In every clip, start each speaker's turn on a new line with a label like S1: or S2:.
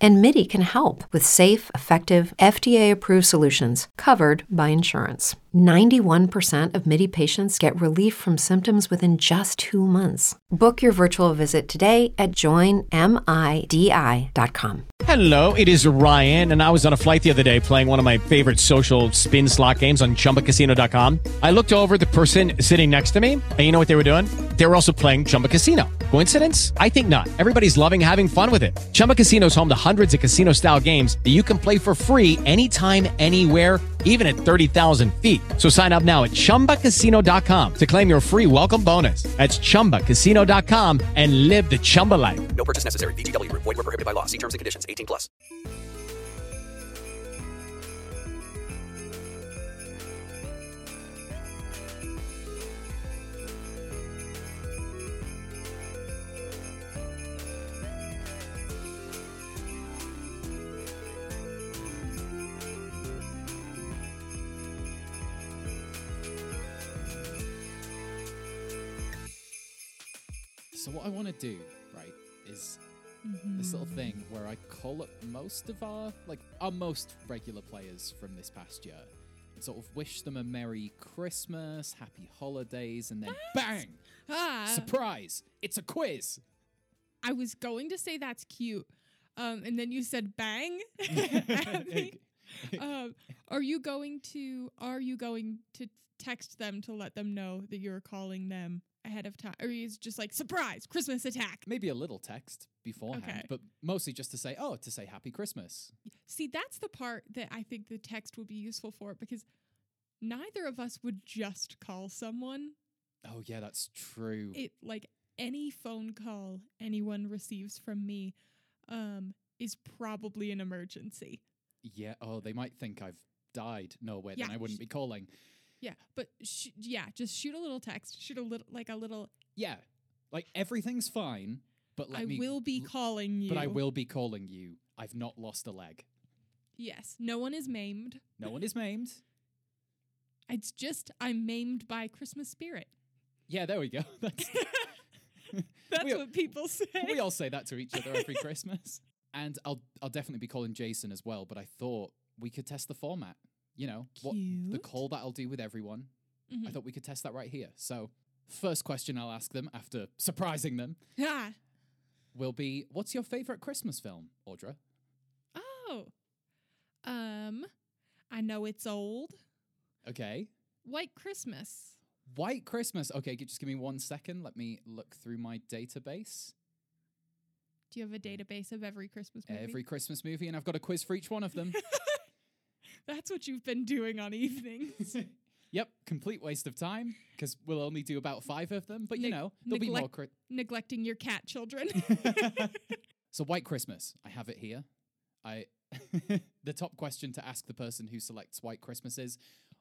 S1: and MIDI can help with safe, effective, FDA approved solutions covered by insurance. 91% of MIDI patients get relief from symptoms within just two months. Book your virtual visit today at joinmidi.com.
S2: Hello, it is Ryan, and I was on a flight the other day playing one of my favorite social spin slot games on chumbacasino.com. I looked over at the person sitting next to me, and you know what they were doing? They were also playing Chumba Casino. Coincidence? I think not. Everybody's loving having fun with it. Chumba Casino is home to hundreds of casino style games that you can play for free anytime, anywhere even at 30,000 feet. So sign up now at ChumbaCasino.com to claim your free welcome bonus. That's ChumbaCasino.com and live the Chumba life.
S3: No purchase necessary. VGW Group. Void were prohibited by law. See terms and conditions. 18 plus.
S4: So what I want to do, right, is this little thing where I call up most of our, like, our most regular players from this past year and sort of wish them a Merry Christmas, Happy Holidays, and then bang!
S5: Ah,
S4: Surprise! It's a quiz!
S5: I was going to say that's cute, um, and then you said bang. I think, um, are you going to? Are you going to text them to let them know that you're calling them ahead of time, or is it just like surprise Christmas attack?
S4: Maybe a little text beforehand,
S5: Okay.
S4: but mostly just to say, oh, to say Happy Christmas.
S5: See, that's the part that I think the text would be useful for because neither of us would just call someone.
S4: Oh, yeah, that's true.
S5: It like any phone call anyone receives from me um, is probably an emergency.
S4: yeah, oh, they might think I've died. No, wait,
S5: Yeah,
S4: then I wouldn't
S5: sh-
S4: be calling.
S5: Yeah, but sh- yeah, just shoot a little text. Shoot a little, like a little.
S4: Yeah, like everything's fine, but let
S5: I
S4: me
S5: will be
S4: l-
S5: calling you.
S4: But I will be calling you. I've not lost a leg.
S5: Yes, no one is maimed.
S4: No one is maimed.
S5: It's just I'm maimed by Christmas spirit.
S4: Yeah, there we go. That's,
S5: That's
S4: We all-
S5: what people say.
S4: we all say that to each other every Christmas. And I'll I'll definitely be calling Jason as well. But I thought we could test the format. You know the
S5: Cute.
S4: call that I'll do with everyone. I
S5: Mhm.
S4: thought we could test that right here. So first question I'll ask them after surprising them
S5: Ah.
S4: will be, "What's your favorite Christmas film, Audra?"
S5: Oh. Um, I know it's old.
S4: Okay.
S5: White Christmas.
S4: White Christmas. Okay, g- just give me one second. Let me look through my database.
S5: Do you have a database of every Christmas movie?
S4: Every Christmas movie, and I've got a quiz for each one of them.
S5: That's what you've been doing on evenings.
S4: yep, complete waste of time because we'll only do about five of them. But
S5: Neg-
S4: you know, there'll be more.
S5: neglect-
S4: Cri-
S5: Neglecting your cat children.
S4: so White Christmas, I have it here. I the top question to ask the person who selects White Christmas is,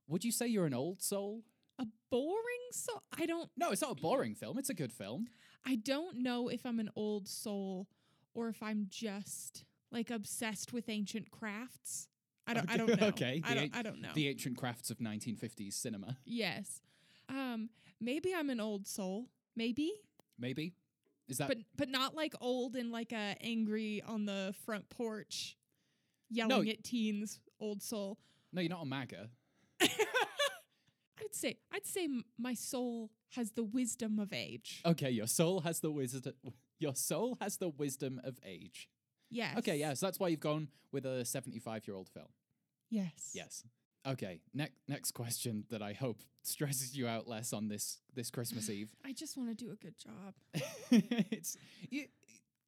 S4: would you say you're an old soul?
S5: a boring so I don't
S4: No, it's not a boring film. It's a good film.
S5: I don't know if I'm an old soul or if I'm just like obsessed with ancient crafts. I don't. I don't know.
S4: okay,
S5: I
S4: the
S5: don't.
S4: an-
S5: I don't know.
S4: The ancient crafts of 1950s cinema,
S5: yes. Um. Maybe I'm an old soul. Maybe,
S4: maybe. Is that
S5: but but not like old and like a angry on the front porch, yelling at teens. Old soul.
S4: no? You're not a MAGA.
S5: I'd say. I'd say m- my soul has the wisdom of age.
S4: Okay, your soul has the wisdom. Your soul has the wisdom of age.
S5: Yes.
S4: Okay, yeah, so that's why you've gone with a 75 year old film.
S5: Yes.
S4: Yes. Okay, next next question that I hope stresses you out less on this this Christmas Eve.
S5: I just want to do a good job.
S4: it's you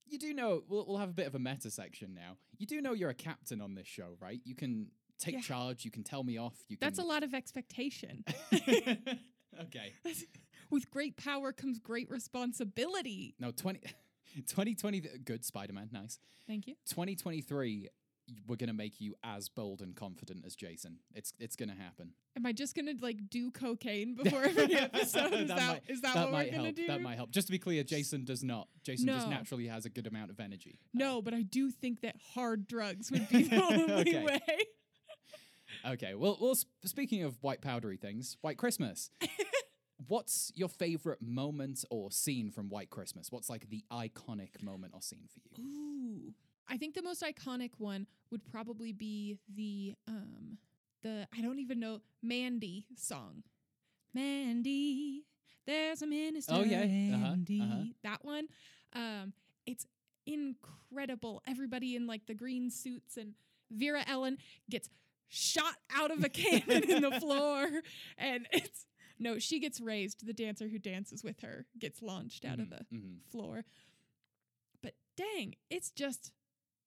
S4: you do know we'll, we'll have a bit of a meta section now. You do know you're a captain on this show, right? You can take
S5: Yeah.
S4: charge, you can tell me off, you
S5: That's a
S4: can
S5: lot of expectation.
S4: Okay.
S5: With great power comes great responsibility.
S4: No, 20 2020 good Spider-Man, nice.
S5: Thank you.
S4: 2023 y- we're going to make you as bold and confident as Jason. It's it's going to happen.
S5: Am I just gonna like do cocaine before every episode? Is that,
S4: might-
S5: is that, what
S4: might
S5: we're
S4: help.
S5: gonna do?
S4: That might help. Just to be clear, Jason does not. Jason just
S5: No.
S4: naturally has a good amount of energy.
S5: No, but I do think that hard drugs would be the only
S4: Okay.
S5: way.
S4: Okay. Well, well. sp- Speaking of white powdery things, White Christmas. What's your favorite moment or scene from White Christmas? What's like the iconic moment or scene for you?
S5: Ooh. I think the most iconic one would probably be the um the I don't even know Mandy song. Mandy, there's a minister.
S4: Oh, yeah. Uh-huh, uh-huh.
S5: Mandy. That one. Um it's incredible. Everybody in like the green suits and Vera Ellen gets shot out of a cannon in the floor and it's no, she gets raised. The dancer who dances with her gets launched out of the
S4: hmm
S5: floor. But dang, it's just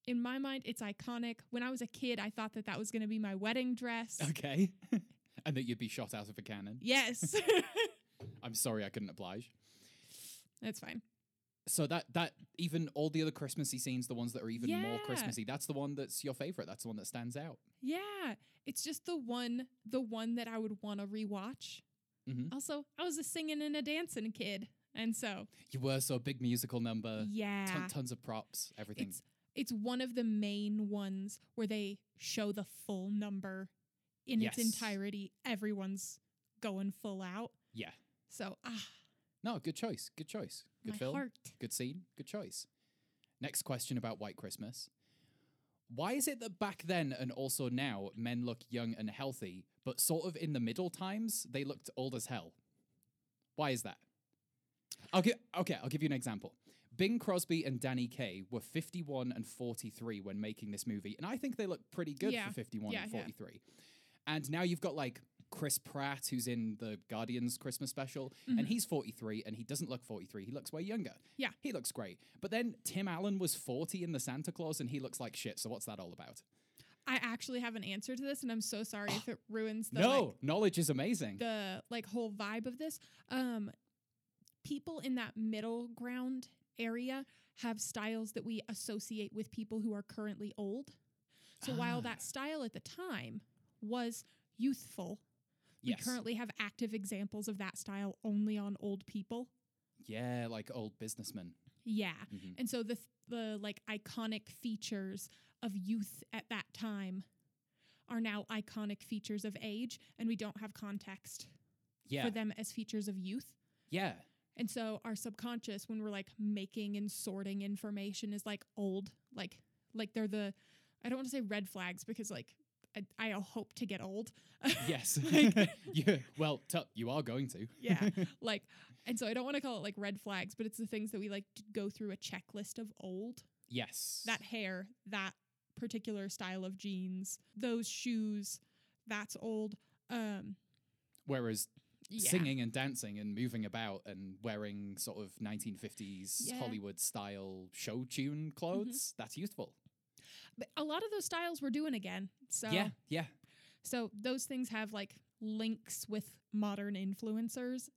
S5: in my mind it's iconic. When I was a kid, I thought that that was going to be my wedding dress.
S4: mm-hmm. Okay. and that you'd be shot out of a cannon.
S5: Yes.
S4: I'm sorry, I couldn't oblige.
S5: That's fine.
S4: So that that even all the other Christmassy scenes, the ones that are even more
S5: Yeah.
S4: Christmassy, that's the one that's your favorite. That's the one that stands out.
S5: Yeah, it's just the one the one that I would want to rewatch.
S4: Mhm.
S5: Also, I was a singing and a dancing kid. And so,
S4: You were so big musical number.
S5: yeah.
S4: Ton, tons of props, everything.
S5: It's it's one of the main ones where they show the full number in its
S4: Yes.
S5: entirety. Everyone's going full out.
S4: yeah.
S5: So, ah,
S4: No, good choice. Good choice. Good
S5: my
S4: film.
S5: heart.
S4: Good scene. Good choice. Next question about White Christmas. Why is it that back then and also now men look young and healthy, but sort of in the middle times they looked old as hell? Why is that? I'll gi- okay, I'll give you an example. Bing Crosby and Danny Kaye were 51 and 43 when making this movie, and I think they look pretty good
S5: Yeah.
S4: for 51 and
S5: Yeah, yeah.
S4: 43. And now you've got like Chris Pratt, who's in the Guardians Christmas special, and he's 43 and he doesn't look 43. He looks way younger.
S5: Mm-hmm. Yeah.
S4: He looks great. But then Tim Allen was 40 in the Santa Claus and he looks like shit. So what's that all about?
S5: I actually have an answer to this, and I'm so sorry if it ruins the
S4: no,
S5: like,
S4: knowledge is amazing.
S5: the like whole vibe of this. Um, people in that middle ground area have styles that we associate with people who are currently old. So while
S4: Ah.
S5: that style at the time was youthful,
S4: yes.
S5: we currently have active examples of that style only on old people.
S4: yeah, like old businessmen.
S5: Yeah.
S4: Mhm.
S5: And so the th- the like iconic features of youth at that time are now iconic features of age and we don't have context
S4: Yeah.
S5: for them as features of youth.
S4: Yeah.
S5: And so our subconscious when we're like making and sorting information is like old, like like they're the I don't want to say red flags because like I, I hope to get old.
S4: Yes.
S5: Like-
S4: yeah. Well, t- you are going to.
S5: yeah like and so i don't want to call it like red flags but it's the things that we like d- go through a checklist of old
S4: Yes.
S5: that hair that particular style of jeans those shoes that's old um
S4: Whereas
S5: yeah.
S4: singing and dancing and moving about and wearing sort of 1950s
S5: Yeah. Mm-hmm.
S4: Hollywood style show tune clothes, that's youthful.
S5: but a lot of those styles we're doing again so
S4: Yeah. Yeah.
S5: so those things have like links with modern influencers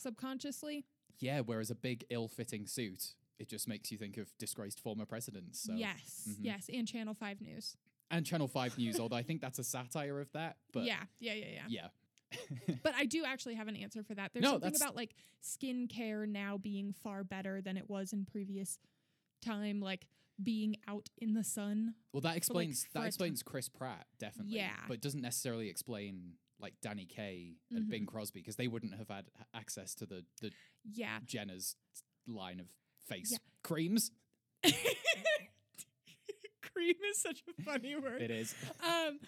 S5: subconsciously
S4: Yeah. Whereas a big ill fitting suit, it just makes you think of disgraced former presidents. So.
S5: yes
S4: mhm.
S5: yes and channel 5 news
S4: And Channel 5 News, although I think that's a satire of that. But
S5: yeah yeah yeah yeah
S4: Yeah.
S5: But I do actually have an answer for that. There's
S4: No,
S5: something
S4: that's-
S5: about like skincare now being far better than it was in previous time, like being out in the sun.
S4: Well, that explains
S5: for a
S4: that
S5: ti-
S4: explains Chris Pratt definitely.
S5: Yeah.
S4: but doesn't necessarily explain like Danny Kaye and
S5: Mhm.
S4: Bing Crosby because they wouldn't have had h- access to the the
S5: Yeah.
S4: Jenner's line of face
S5: Yeah.
S4: creams.
S5: Cream is such a funny word.
S4: It is.
S5: Um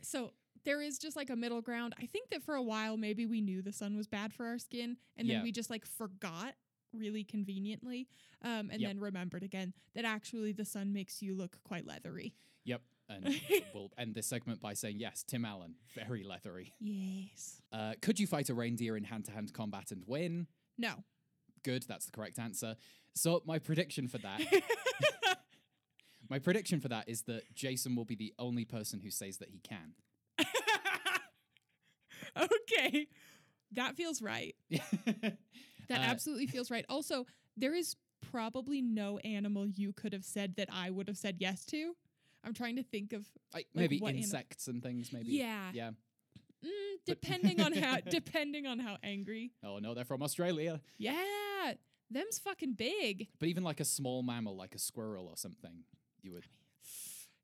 S5: so there is just like a middle ground. I think that for a while maybe we knew the sun was bad for our skin and
S4: Yeah.
S5: then we just like forgot really conveniently um and
S4: Yep.
S5: then remembered again that actually the sun makes you look quite leathery.
S4: Yep. And we'll end this segment by saying yes, Tim Allen, very leathery.
S5: Yes.
S4: Uh, could you fight a reindeer in hand to hand combat and win?
S5: No.
S4: Good, that's the correct answer. So my prediction for that. My prediction for that is that Jason will be the only person who says that he can.
S5: okay. That feels right. That
S4: Uh,
S5: absolutely feels right. Also, there is probably no animal you could have said that I would have said yes to. I'm trying to think of
S4: Like,
S5: Like
S4: maybe
S5: what anim-
S4: insects and things. Maybe.
S5: Yeah.
S4: Yeah.
S5: mm, depending on how depending on how angry.
S4: Oh no, they're from Australia.
S5: Yeah, them's fucking big.
S4: But even like a small mammal, like a squirrel or something, you would.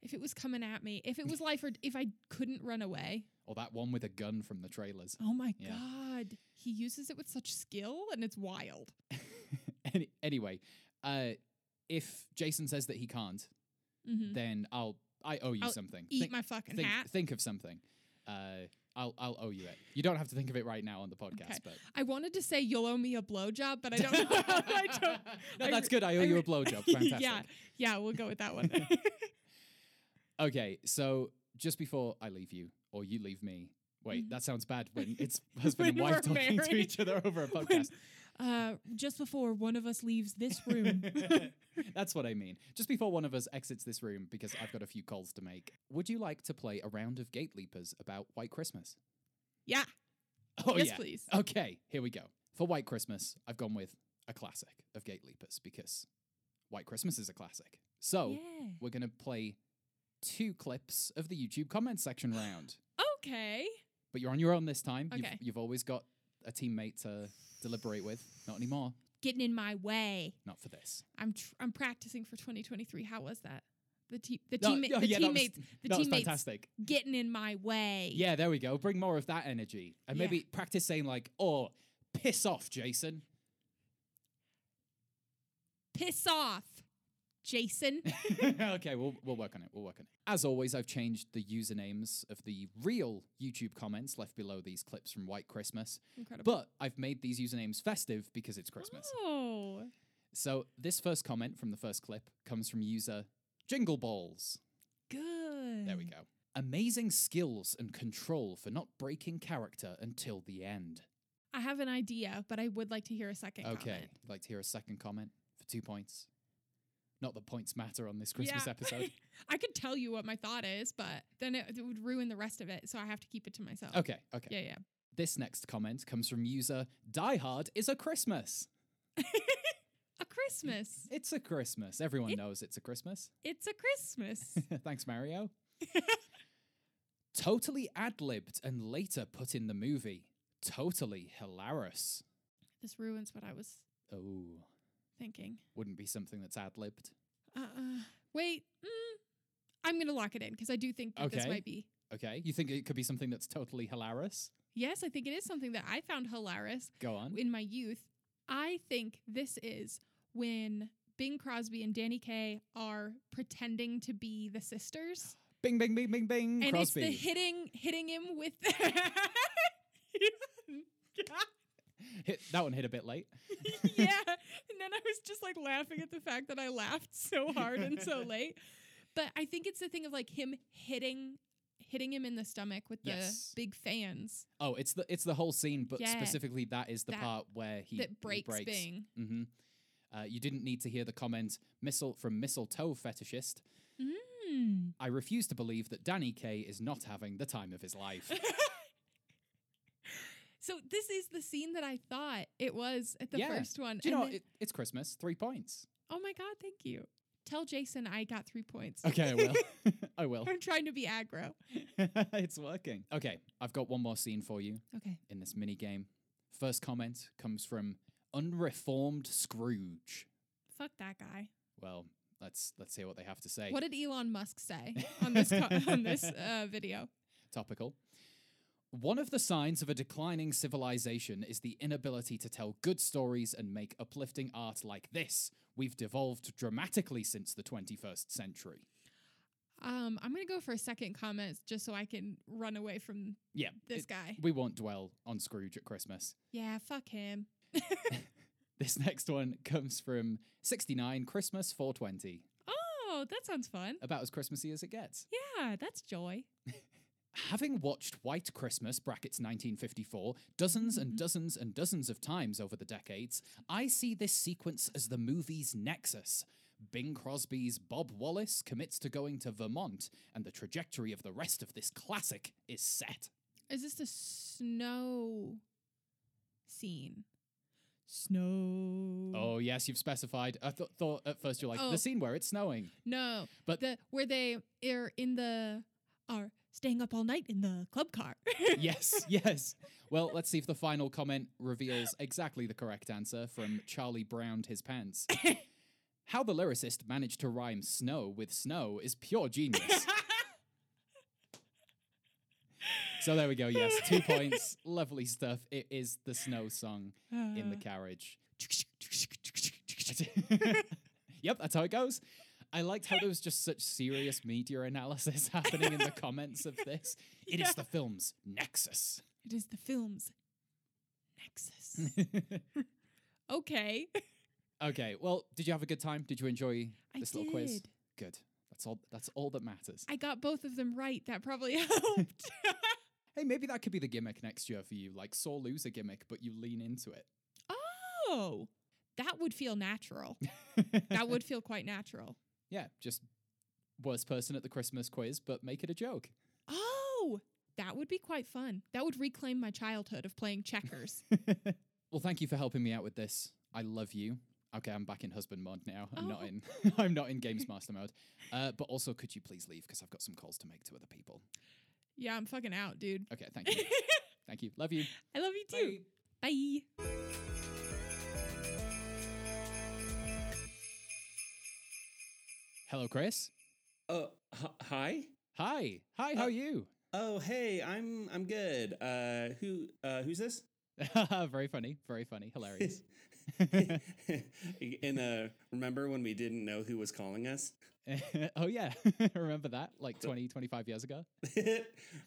S5: If it was coming at me, if it was life or d- if I couldn't run away.
S4: Or that one with a gun from the trailers.
S5: Oh my
S4: Yeah.
S5: god, he uses it with such skill, and it's wild.
S4: Any, anyway, uh, if Jason says that he can't,
S5: hmm
S4: then I'll I owe you
S5: I'll
S4: something.
S5: Eat
S4: Mm-hmm. Think-
S5: my fucking
S4: think,
S5: hat.
S4: think of something. Uh, I'll I'll owe you it. You don't have to think of it right now on the podcast,
S5: Okay.
S4: but
S5: I wanted to say you'll owe me a blowjob, but I don't. know. I don't.
S4: no,
S5: I
S4: that's
S5: re-
S4: good. I owe
S5: I
S4: you
S5: re-
S4: a blowjob. Fantastic.
S5: yeah, yeah, we'll go with that one.
S4: Okay, so just before I leave you or you leave me. Wait, that sounds bad when it's husband and
S5: When
S4: wife
S5: we're
S4: talking to
S5: married.
S4: each other over a
S5: When-
S4: podcast.
S5: uh, just before one of us leaves this room,
S4: That's what I mean. Just before one of us exits this room, because I've got a few calls to make, would you like to play a round of Gate Leapers about White Christmas?
S5: yeah,
S4: Oh,
S5: yes,
S4: yeah.
S5: please.
S4: Okay, here we go. For White Christmas, I've gone with a classic of Gate Leapers because White Christmas is a classic. So
S5: Yeah.
S4: we're going to play two clips of the YouTube comment section round.
S5: Okay.
S4: But you're on your own this time.
S5: Okay.
S4: You've, you've always got a teammate to deliberate with. Not anymore.
S5: Getting in my way.
S4: Not for this.
S5: I'm tr- I'm practicing for 2023. How was that? The te- the,
S4: No,
S5: teammate
S4: oh,
S5: the
S4: yeah, that was-
S5: teammates the
S4: that was
S5: teammates
S4: fantastic.
S5: getting in my way.
S4: Yeah, there we go. Bring more of that energy. And
S5: Yeah.
S4: maybe practice saying, like, oh, piss off, Jason.
S5: Piss off, Jason.
S4: okay, we'll, we'll work on it. We'll work on it. As always, I've changed the usernames of the real YouTube comments left below these clips from White Christmas.
S5: Incredible.
S4: But I've made these usernames festive because it's Christmas.
S5: Oh,
S4: So this first comment from the first clip comes from user Jingle Balls.
S5: good.
S4: There we go. Mm. Amazing skills and control for not breaking character until the end.
S5: I have an idea, but I would like to hear a second.
S4: Okay.
S5: comment.
S4: I'd like to hear a second comment for two points. Not that points matter on this Christmas
S5: Yeah.
S4: episode.
S5: I could tell you what my thought is, but then it, it would ruin the rest of it, so I have to keep it to myself.
S4: Okay, okay.
S5: Yeah, yeah.
S4: This next comment comes from user Die Hard is a Christmas.
S5: A Christmas.
S4: It's a Christmas. Everyone
S5: It-
S4: knows it's a Christmas.
S5: It's a Christmas.
S4: Thanks, Mario. totally ad libbed and later put in the movie. Totally hilarious.
S5: this ruins what I was
S4: Oh,
S5: thinking.
S4: wouldn't be something that's ad libbed.
S5: Uh, uh, wait. Mm, I'm gonna lock it in because I do think that this
S4: Okay.
S5: might be.
S4: Okay, you think it could be something that's totally hilarious?
S5: Yes, I think it is something that I found hilarious
S4: Go on.
S5: in my youth. I think this is when Bing Crosby and Danny Kaye are pretending to be the sisters,
S4: Bing, bing, bing, bing, bing.
S5: and
S4: Crosby.
S5: it's the hitting hitting him with.
S4: Hit- that one hit a bit late.
S5: yeah. And then I was just like laughing at the fact that I laughed so hard and so late. But I think it's the thing of like him hitting hitting him in the stomach with
S4: Yes.
S5: the big fans
S4: Oh, it's the it's the whole scene, but
S5: Yeah.
S4: specifically that is the
S5: That-
S4: part where he he
S5: that breaks,
S4: breaks.
S5: Bing.
S4: hmm Uh, you didn't need to hear the comment missile from mistletoe fetishist.
S5: Mm.
S4: I refuse to believe that Danny Kaye is not having the time of his life.
S5: So this is the scene that I thought it was at the
S4: Yeah.
S5: first one.
S4: Do you
S5: And
S4: know
S5: then-
S4: it, it's Christmas? Three points.
S5: oh my god, thank you. Tell Jason I got three points.
S4: Okay, I will. I will.
S5: I'm trying to be aggro.
S4: it's working. Okay, I've got one more scene for you
S5: Okay.
S4: in this mini game. First comment comes from unreformed Scrooge.
S5: Fuck that guy.
S4: Well, let's let's hear what they have to say.
S5: What did Elon Musk say on this co- on this uh, video?
S4: Topical. One of the signs of a declining civilization is the inability to tell good stories and make uplifting art like this. We've devolved dramatically since the 21st century.
S5: Um, I'm gonna go for a second comment just so I can run away from
S4: Yeah.
S5: this
S4: it-
S5: guy.
S4: We won't dwell on Scrooge at Christmas.
S5: Yeah, fuck him.
S4: This next one comes from 69 Christmas 420.
S5: Oh, that sounds fun.
S4: About as Christmassy as it gets.
S5: Yeah, that's joy.
S4: Having watched White Christmas brackets 1954 dozens and dozens and dozens of times over the decades, I see this sequence as the movie's nexus. Bing Crosby's Bob Wallace commits to going to Vermont, and the trajectory of the rest of this classic is set.
S5: Is this the snow scene? snow.
S4: Oh yes, you've specified. I th- thought at first you're like
S5: Oh.
S4: the scene where it's snowing.
S5: No,
S4: But-
S5: but the where they are in the are staying up all night in the club car.
S4: yes, yes. Well, let's see if the final comment reveals exactly the correct answer from Charlie Browned his pants. How the lyricist managed to rhyme snow with snow is pure genius. so there we go. Yes, two points. Lovely stuff. It is the snow song in the
S5: Uh,
S4: carriage. yep, that's how it goes. I liked how there was just such serious media analysis happening in the comments of this. It is the film's nexus.
S5: It is the film's nexus. okay.
S4: okay, well, did you have a good time? Did you enjoy
S5: I
S4: this little quiz?
S5: did.
S4: Good. That's all. That's all that matters.
S5: I got both of them right. That probably helped.
S4: hey, maybe that could be the gimmick next year for you. Like Saw lose a gimmick, but you lean into it.
S5: oh, that would feel natural. that would feel quite natural.
S4: Yeah, just worst person at the Christmas quiz, but make it a joke.
S5: Oh, that would be quite fun. That would reclaim my childhood of playing checkers.
S4: Well, thank you for helping me out with this. I love you. Okay, I'm back in husband mode now. I'm not
S5: Oh.
S4: in. I'm not in games master mode. Uh, but also, could you please leave because I've got some calls to make to other people.
S5: yeah, I'm fucking out, dude.
S4: Okay, thank you. thank you. Love you.
S5: I love you too. Bye.
S4: Hello, Chris.
S6: Oh, h- hi.
S4: Hi. Hi. How are you?
S6: Oh, hey. I'm I'm good. Uh, who uh, who's this?
S4: very funny. Very funny. Hilarious.
S6: and uh, remember when we didn't know who was calling us?
S4: oh yeah, remember that? Like 20, 25 years ago.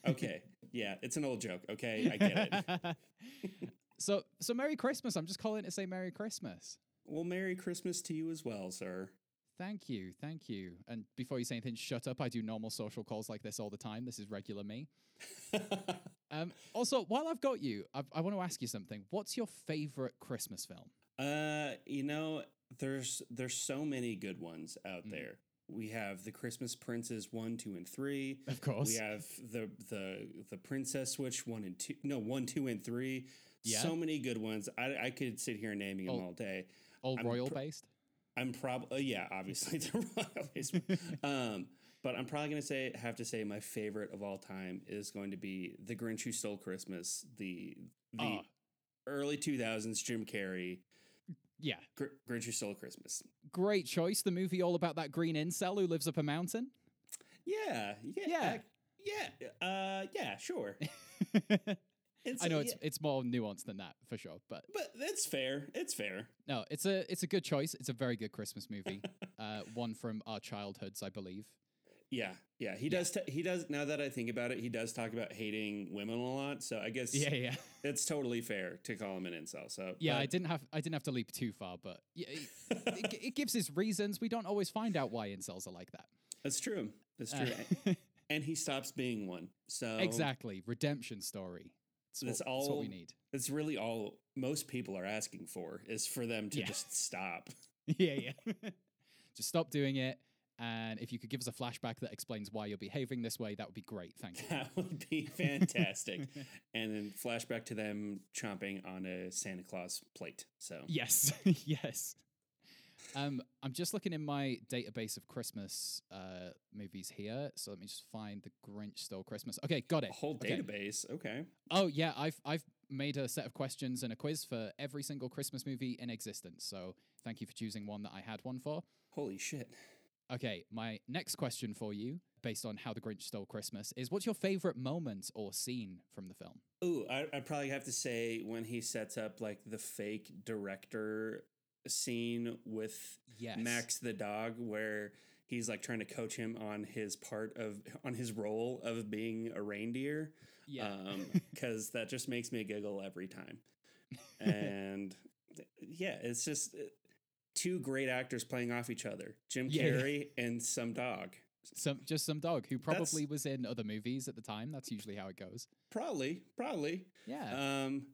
S6: okay. Yeah, it's an old joke. Okay, I get it.
S4: so so Merry Christmas. I'm just calling to say Merry Christmas.
S6: well, Merry Christmas to you as well, sir.
S4: Thank you, thank you. And before you say anything, shut up. I do normal social calls like this all the time. This is regular me. um, also, while I've got you, i I want to ask you something. What's your favorite Christmas film?
S6: Uh, you know, there's there's so many good ones out there. We have the Christmas Princes one, two, and three.
S4: Of course.
S6: we have the the the Princess Switch one and two. No, one, two, and three.
S4: Yeah.
S6: So many good ones. I, I could sit here naming them
S4: Oh.
S6: all day.
S4: All
S6: I'm
S4: royal
S6: pr-
S4: based.
S6: I'm probably yeah, obviously they're always. um, but I'm probably gonna say have to say my favorite of all time is going to be The Grinch Who Stole Christmas, the the
S4: Ah.
S6: early 2000s Jim Carrey
S4: Yeah,
S6: Gr- Grinch Who Stole Christmas.
S4: great choice. The movie all about that green incel who lives up a mountain.
S6: Yeah, yeah,
S4: Yeah.
S6: ac- yeah, uh, yeah, sure. It's,
S4: I know it's
S6: yeah,
S4: it's more nuanced than that for sure, but
S6: but that's fair. It's fair.
S4: no, it's a it's a good choice. It's a very good Christmas movie. uh, one from our childhoods, I believe.
S6: Yeah, yeah. He does. T- he does. Now that I think about it, he does talk about hating women a lot. So I guess
S4: Yeah, yeah.
S6: it's totally fair to call him an incel. So
S4: Yeah, I
S6: but-
S4: didn't have I didn't have to leap too far, but yeah, it, it, g- it gives his reasons. We don't always find out why incels are like that.
S6: That's true. That's true.
S4: Uh,
S6: and he stops being one. So
S4: exactly, redemption story. That's,
S6: That's
S4: what, that's what we
S6: all-
S4: need.
S6: That's really all most people are asking for is for them to
S4: Yeah.
S6: just stop.
S4: yeah, yeah. Just stop doing it, and if you could give us a flashback that explains why you're behaving this way, that would be great. Thank you.
S6: That would be fantastic. and then flashback to them chomping on a Santa Claus plate. So
S4: Yes, yes. Um, I'm just looking in my database of Christmas uh, movies here, so let me just find the Grinch Stole Christmas. Okay, got it.
S6: a whole
S4: Okay.
S6: database. Okay.
S4: Oh yeah, I've I've made a set of questions and a quiz for every single Christmas movie in existence. So thank you for choosing one that I had one for.
S6: Holy shit.
S4: Okay, my next question for you, based on how the Grinch stole Christmas, is what's your favorite moment or scene from the film?
S6: Ooh, I, I probably have to say when he sets up like the fake director scene with
S4: Yes.
S6: Max the dog, where he's like trying to coach him on his part of on his role of being a reindeer.
S4: Yeah.
S6: um, because that just makes me giggle every time. And th- yeah, it's just uh, two great actors playing off each other: Jim
S4: Yeah, yeah.
S6: Carrey and some dog.
S4: some just some dog who
S6: That's-
S4: probably was in other movies at the time. That's usually how it goes.
S6: Probably, probably.
S4: Yeah.
S6: Um,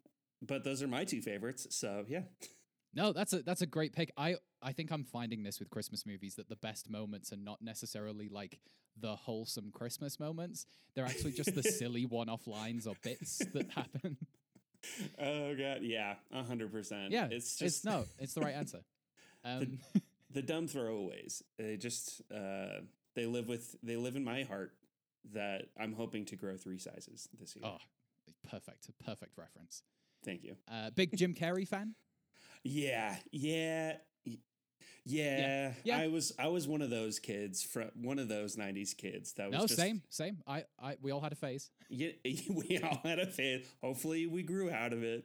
S6: but those are my two favorites. So yeah,
S4: No, that's a that's a great pick. I I think I'm finding this with Christmas movies that the best moments are not necessarily like the wholesome Christmas moments. They're actually just the silly one-off lines or bits that happen.
S6: oh god, yeah, hundred percent.
S4: Yeah,
S6: it's just
S4: no, it's the right answer. Um,
S6: the dumb throwaways. They just uh, they live with they live in my heart. That I'm hoping to grow three sizes this year.
S4: oh, perfect, perfect reference.
S6: Thank you.
S4: Uh, big Jim Carrey fan.
S6: Yeah, yeah, y- yeah,
S4: yeah.
S6: I was I was one of those kids from one of those '90s kids that was
S4: No,
S6: just,
S4: same, same. I, I, we all had a phase.
S6: Yeah, we all had a phase. Hopefully, we grew out of it.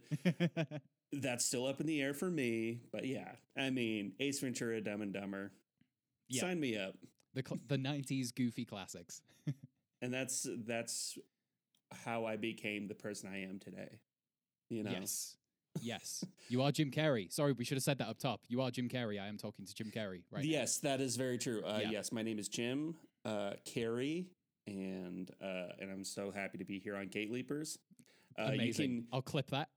S6: That's still up in the air for me, but yeah, I mean, Ace Ventura, Dumb and Dumber,
S4: Yeah.
S6: sign me up.
S4: The cl- the nineties goofy classics.
S6: And that's that's how I became the person I am today. You know,
S4: Yes, yes. You are Jim Carrey. Sorry, we should have said that up top. You are Jim Carrey. I am talking to Jim Carrey right now.
S6: yes, that is very true. Uh,
S4: Yeah.
S6: Yes, my name is Jim uh, Carey, and uh, and I'm so happy to be here on Gate Leapers. Uh,
S4: Amazing.
S6: You can,
S4: I'll clip that.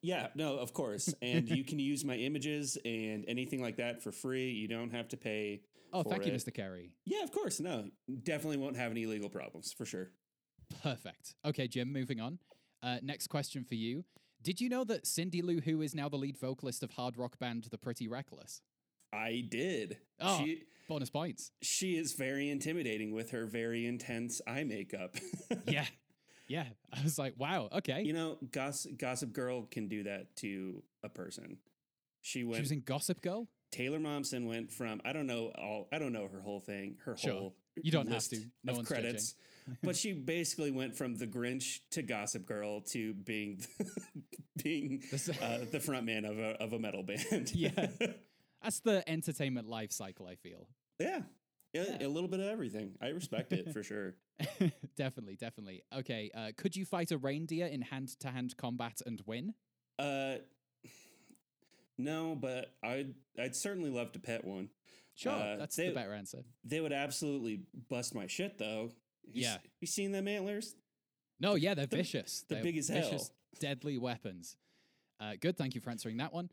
S6: yeah, no, of course, and you can use my images and anything like that for free. You don't have to pay.
S4: Oh,
S6: for
S4: thank you,
S6: it.
S4: Mr. Carrey.
S6: Yeah, of course. No, definitely won't have any legal problems for sure.
S4: Perfect. Okay, Jim, moving on. Uh, next question for you. Did you know that Cindy Lou Who is now the lead vocalist of hard rock band The Pretty Reckless?
S6: I did.
S4: Oh.
S6: She
S4: Bonus points.
S6: she is very intimidating with her very intense eye makeup.
S4: yeah. Yeah. I was like, wow, okay.
S6: you know, gossip, gossip Girl can do that to a person. She went.
S4: she was in Gossip Girl?
S6: Taylor Momsen went from I don't know all I don't know her whole thing, her
S4: Sure.
S6: whole
S4: You don't have
S6: list
S4: to. No
S6: of
S4: one's
S6: credits, but she basically went from the Grinch to Gossip Girl to being being
S4: This-
S6: uh, the front man of a of a metal band.
S4: Yeah. That's the entertainment life cycle, I feel.
S6: yeah. A-
S4: Yeah.
S6: a little bit of everything. I respect it for sure.
S4: definitely, definitely. Okay, uh, could you fight a reindeer in hand to hand combat and win?
S6: Uh, no, but I'd I'd certainly love to pet one.
S4: Sure,
S6: Uh,
S4: that's
S6: they-
S4: the better answer.
S6: They would absolutely bust my shit though. You s-
S4: Yeah.
S6: you seen them antlers?
S4: No, yeah, they're
S6: The-
S4: vicious.
S6: they're
S4: They're
S6: big as hell.
S4: vicious, Deadly weapons. Uh, good, thank you for answering that one.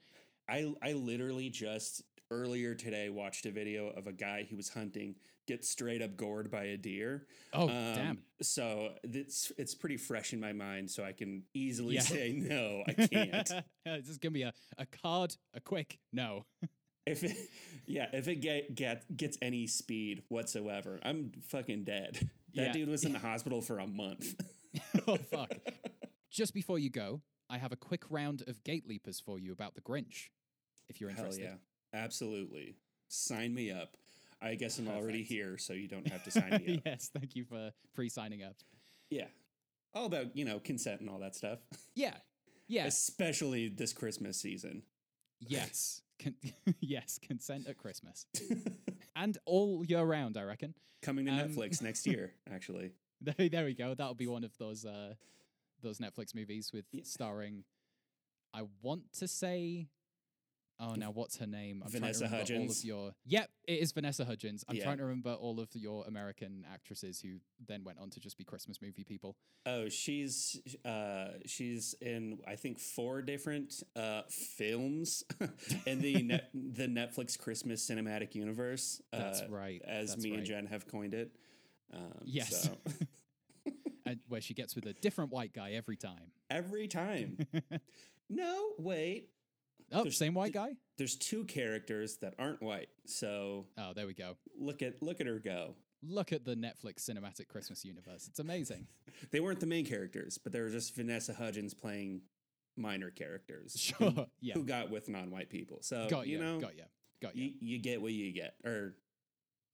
S6: I I literally just earlier today watched a video of a guy who was hunting get straight up gored by a deer.
S4: Oh,
S6: Um,
S4: damn.
S6: So it's it's pretty fresh in my mind, so I can easily
S4: Yeah.
S6: say no, I can't.
S4: this is gonna be a, a card, a quick no.
S6: if it, yeah, if it get, get gets any speed whatsoever, I'm fucking dead. That
S4: Yeah.
S6: dude was in the hospital for a month.
S4: oh fuck. Just before you go, I have a quick round of gate leapers for you about the Grinch, if you're
S6: Hell
S4: interested.
S6: yeah, absolutely. Sign me up. I guess I'm already
S4: Perfect.
S6: here, so you don't have to sign me up.
S4: yes, thank you for pre-signing up.
S6: yeah, all about you know consent and all that stuff.
S4: Yeah. Yeah.
S6: especially this Christmas season.
S4: Yes. Con- yes, consent at Christmas. and all year round, I reckon.
S6: Coming to
S4: Um,
S6: Netflix next year, actually.
S4: There, there we go. That'll be one of those uh those Netflix movies with
S6: Yeah.
S4: starring I want to say Oh now what's her name? I'm
S6: Vanessa
S4: trying to remember
S6: Hudgens?
S4: All of your Yep, it is Vanessa Hudgens. I'm
S6: Yeah.
S4: trying to remember all of your American actresses who then went on to just be Christmas movie people.
S6: Oh, she's uh, she's in I think four different uh, films in the net, the Netflix Christmas cinematic universe. Uh,
S4: That's right.
S6: as
S4: That's
S6: me
S4: right.
S6: and Jen have coined it. Um,
S4: Yes.
S6: so-
S4: and where she gets with a different white guy every time.
S6: every time. no, wait.
S4: Oh,
S6: There's-
S4: same white guy?
S6: There's two characters that aren't white. So
S4: Oh, there we go.
S6: look at look at her go.
S4: Look at the Netflix cinematic Christmas universe. It's amazing.
S6: They weren't the main characters, but they were just Vanessa Hudgens playing minor characters.
S4: Sure. yeah.
S6: who got with non-white people. So
S4: got
S6: you
S4: you.
S6: know,
S4: got you. Got you.
S6: you, you get what you get, or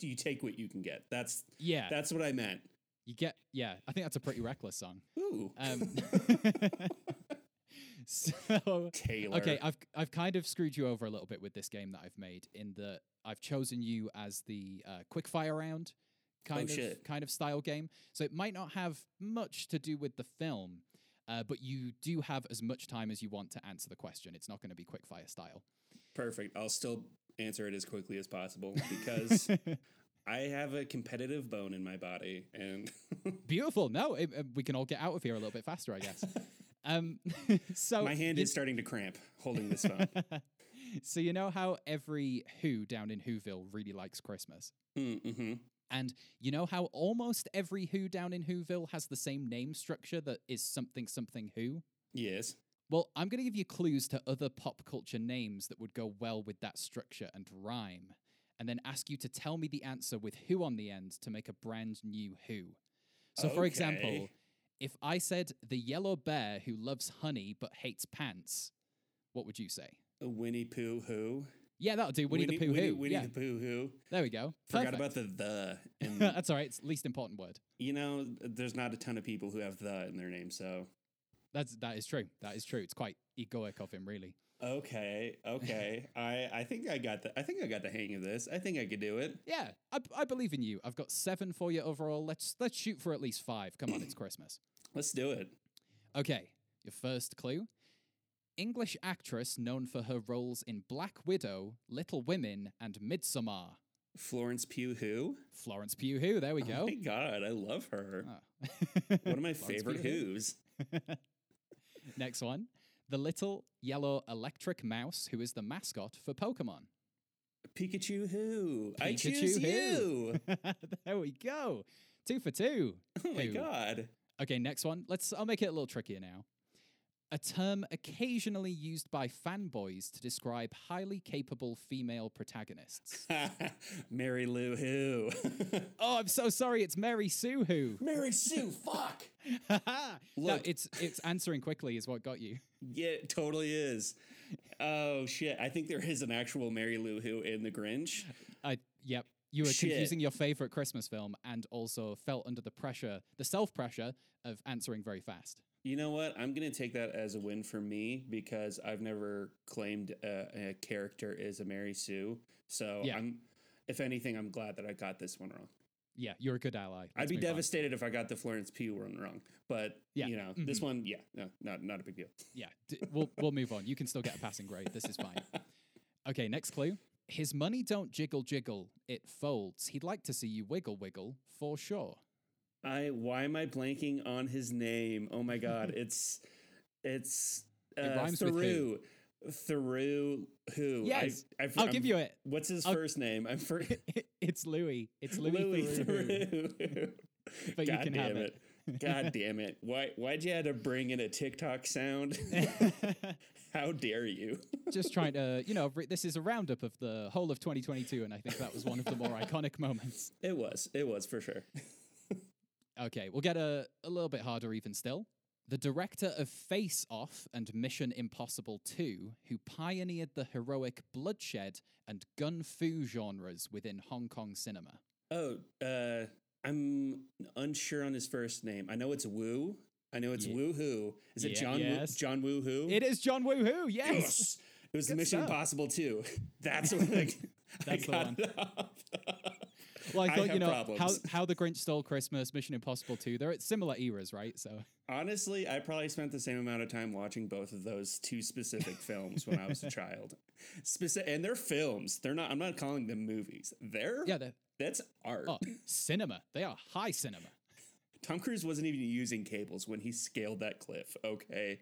S6: you take what you can get. That's
S4: yeah.
S6: that's what I meant.
S4: You get, yeah, I think that's a pretty reckless song.
S6: Ooh,
S4: Um, so,
S6: Taylor.
S4: okay, I've I've kind of screwed you over a little bit with this game that I've made in that I've chosen you as the uh, quickfire round kind of
S6: Oh, shit.
S4: kind of style game. So it might not have much to do with the film, uh, but you do have as much time as you want to answer the question. It's not going to be quickfire style.
S6: perfect. I'll still answer it as quickly as possible because I have a competitive bone in my body, and
S4: Beautiful. No, it, uh, we can all get out of here a little bit faster, I guess. um, so
S6: my hand
S4: you-
S6: is starting to cramp holding this phone.
S4: so you know how every Who down in Whoville really likes Christmas,
S6: mm-hmm.
S4: and you know how almost every Who down in Whoville has the same name structure that is something something Who.
S6: Yes.
S4: Well, I'm going to give you clues to other pop culture names that would go well with that structure and rhyme, and then ask you to tell me the answer with who on the end to make a brand new who. So, for example,
S6: Okay.
S4: if I said the yellow bear who loves honey but hates pants, what would you say?
S6: A Winnie Pooh Who.
S4: Yeah, that'll do. Winnie, the Pooh
S6: Winnie,
S4: Who.
S6: Winnie
S4: yeah.
S6: the Pooh Who.
S4: There we go.
S6: Forgot
S4: Perfect.
S6: about the the. And
S4: That's all right. It's the least important word.
S6: you know, there's not a ton of people who have the in their name, so.
S4: That's that is true. That is true. It's quite egoic of him, really.
S6: Okay, okay. I I think I got the I think I got the hang of this. I think I could do it.
S4: Yeah, I, I believe in you. I've got seven for you overall. Let's let's shoot for at least five. Come on, it's Christmas.
S6: Let's do it.
S4: Okay, your first clue: English actress known for her roles in Black Widow, Little Women, and Midsommar.
S6: Florence Pugh Who.
S4: Florence Pugh. Who? There we
S6: Oh
S4: go.
S6: my god, I love her.
S4: Oh.
S6: One of my
S4: Florence
S6: favorite
S4: Pugh Who.
S6: Who's.
S4: Next one: the little yellow electric mouse who is the mascot for Pokemon.
S6: Pikachu Who. I
S4: Pikachu
S6: choose
S4: who?
S6: you.
S4: there we go. Two for two.
S6: Oh my
S4: Who.
S6: god.
S4: Okay, next one. Let's. I'll make it a little trickier now. A term occasionally used by fanboys to describe highly capable female protagonists.
S6: Mary Lou Who.
S4: oh, I'm so sorry. It's Mary Sue who.
S6: Mary Sue. Fuck.
S4: no,
S6: Look.
S4: it's it's answering quickly is what got you.
S6: Yeah, it totally is. Oh shit! I think there is an actual Mary Lou Who in The Grinch.
S4: I yep. You were
S6: Shit.
S4: confusing your favorite Christmas film and also felt under the pressure, the self pressure of answering very fast.
S6: You know what? I'm gonna take that as a win for me because I've never claimed a, a character is a Mary Sue. So
S4: Yeah.
S6: I'm, if anything, I'm glad that I got this one wrong.
S4: Yeah, you're a good ally.
S6: I'd
S4: Let's
S6: be
S4: move on.
S6: devastated if I got the Florence Pugh one wrong, but
S4: Yeah. Mm-hmm.
S6: you know this one, yeah, no, not not a big deal.
S4: Yeah, d- we'll we'll move on. You can still get a passing grade. This is fine. Okay, next clue. His money don't jiggle jiggle, it folds. He'd like to see you wiggle wiggle for sure.
S6: I why am I blanking on his name? Oh my god, it's it's uh,
S4: It rhymes with
S6: Theroux.
S4: who.
S6: Theroux who?
S4: Yes,
S6: I,
S4: I'll give you it.
S6: What's his
S4: I'll-
S6: first name? I'm for
S4: it's Louis. It's Louis.
S6: Louis
S4: Theroux.
S6: Theroux.
S4: But you
S6: God
S4: can have
S6: damn
S4: it.
S6: God damn it! Why why'd you have to bring in a TikTok sound? How dare you?
S4: Just trying to, you know, re- this is a roundup of the whole of 2022, and I think that was one of the more iconic moments.
S6: It was it was for sure.
S4: Okay, we'll get a, a little bit harder even still. The director of Face Off and Mission Impossible 2, who pioneered the heroic bloodshed and gun fu genres within Hong Kong cinema.
S6: Oh, uh, I'm unsure on his first name. I know it's Woo. I know it's
S4: Ye-
S6: Woo Who. Is it
S4: Yeah,
S6: John?
S4: yes.
S6: Woo, John Woo Who?
S4: It is John Woo Hoo, yes!
S6: Yes. It was
S4: Good
S6: Mission
S4: stuff.
S6: Impossible 2. That's what I, I
S4: That's the
S6: got
S4: one.
S6: it off.
S4: Well, I
S6: I
S4: thought,
S6: have
S4: you know, how,
S6: problems.
S4: how The Grinch Stole Christmas, Mission Impossible 2, they're at similar eras, right? So,
S6: Honestly, I probably spent the same amount of time watching both of those two specific films when I was a child. Speci- and they're films. They're not I'm not calling them movies. They're
S4: yeah, they're,
S6: that's art.
S4: oh, cinema. They are high cinema.
S6: Tom Cruise wasn't even using cables when he scaled that cliff. Okay.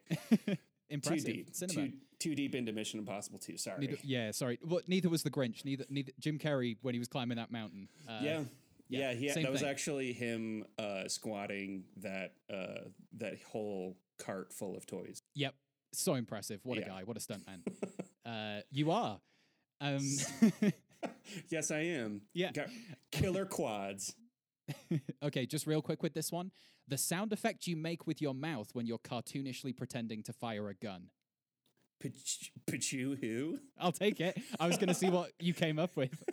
S6: Too
S4: Impressive.
S6: deep.
S4: Cinema.
S6: Too, too deep into Mission Impossible 2. Sorry.
S4: Neither, yeah, sorry. Well, neither was The Grinch. Neither, neither Jim Carrey when he was climbing that mountain. Uh,
S6: yeah. Yeah, he, that
S4: same
S6: was
S4: thing.
S6: actually him uh, squatting that uh, that whole cart full of toys.
S4: Yep. So impressive. What
S6: Yeah.
S4: a guy. What a stuntman. uh, you are. Um,
S6: Yes, I am.
S4: Yeah.
S6: Got killer quads.
S4: okay, just real quick with this one. The sound effect you make with your mouth when you're cartoonishly pretending to fire a gun.
S6: Pach- Pachu who?
S4: I'll take it. I was going to see what you came up with.